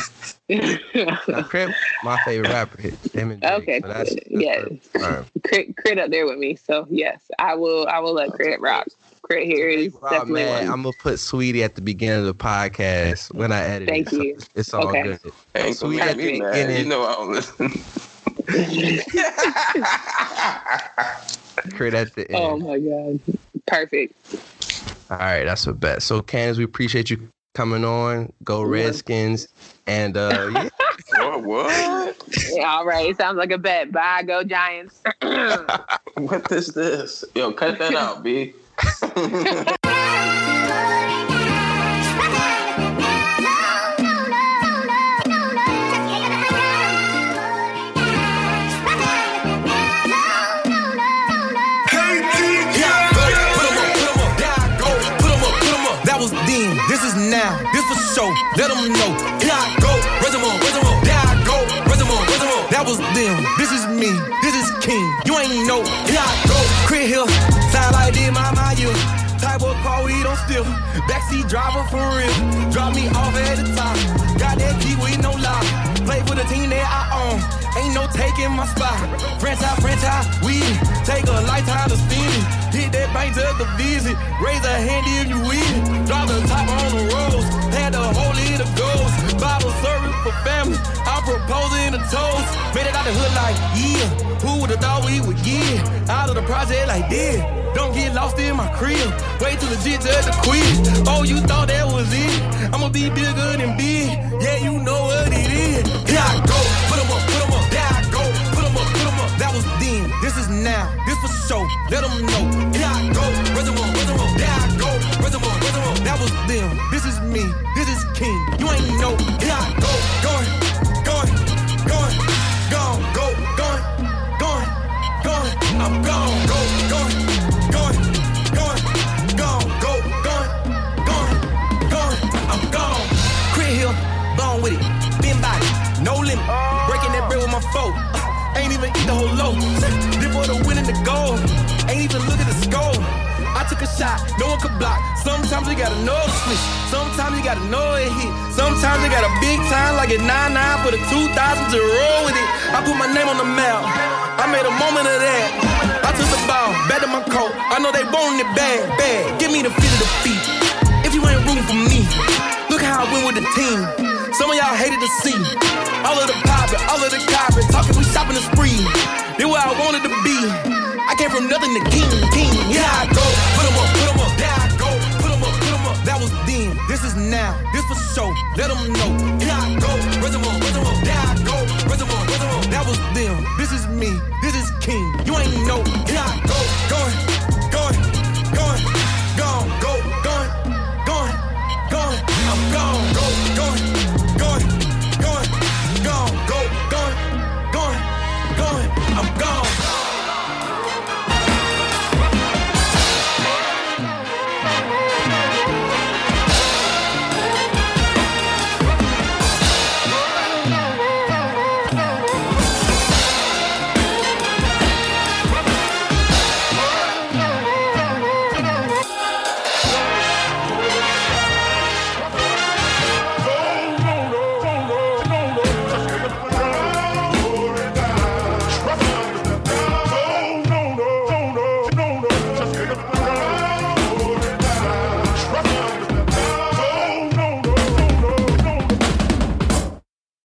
All right. Now, Crip, my favorite rapper, hit him and Drake, Okay, so that's, good. Yeah. that's all right. [laughs] crit, crit up there with me. So yes, I will. I will let crit rock. Crit here is Rob, definitely man, one. I'm gonna put Sweetie at the beginning of the podcast when I edit Thank it. so you. it's all Okay. good. Ain't gonna Sweet make at me the mad. beginning. You know I don't listen. [laughs] Crit at the end. Oh my god, perfect. All right, that's a bet. So, Candace, we appreciate you coming on. Go Redskins. And uh, yeah, what? What? Yeah, all right, it sounds like a bet. Bye, go Giants. [clears throat] What is this? Yo, cut [laughs] that out, B. That was then, this is now, this for show. Let them know. Here I go, resume, resume. Here I go, resume, resume. That was them, this is me, this is king. You ain't know. Here I go, crit hill. Sound like this, my my you. Type of car we don't steal. Backseat driver for real. Drop me off at the top. Got that key with no lock. Play for the team that I own. Ain't no taking my spot. Franchise, franchise, we take a lifetime to spend it. Hit that bank to the visit. Raise a hand if you with it. Drop the top on the rose. Had a whole lot of goals. Bible service for family. I'm proposing a toast. Made it out the hood like, yeah. Who would have thought we would get out of the project like this? Don't get lost in my crib. Way too legit just to quit. Oh, you thought that was it? I'ma be bigger than big. Yeah, you know what it is. Here I go. Put 'em up, put 'em up. There I go. Put 'em up, put 'em up. That was then. This is now. This for show. Let 'em know. Here I go. Reservoir, reservoir. There I go. Reservoir, reservoir. That was them. This is me. This is king. You ain't know. Here I go. Going, going, going, gone, go, going, going, going. I'm gone. Go, going, going, going, gone. four. Uh, ain't even eat the whole loaf. [laughs] Did for the win and the goal. Ain't even look at the score. I took a shot, no one could block. Sometimes you gotta know to switch. Sometimes you gotta know it hit. Sometimes you got a big time like a 9-9 for the 2000 to roll with it. I put my name on the map. I made a moment of that. I took the ball, back to my coat. I know they wanting it bad, bad. Give me the feel of the feet. If you ain't rooting for me, look how I win with the team. Some of y'all hated to see. All of the poppin', all of the coppin', talking, we shopping the spree. They where I wanted to be. I came from nothing to king, king. Yeah, I go. Put 'em up, put 'em up, there I go. Put 'em up, put 'em up. That was then, this is now, this for sure. Let 'em know. Here I go. Reservoir, reservoir, there I go. Reservoir, reservoir. That was them, this is me, this is king. You ain't know. Here I go. Going, going, going, gone, go, going, going, going, I'm gone, go.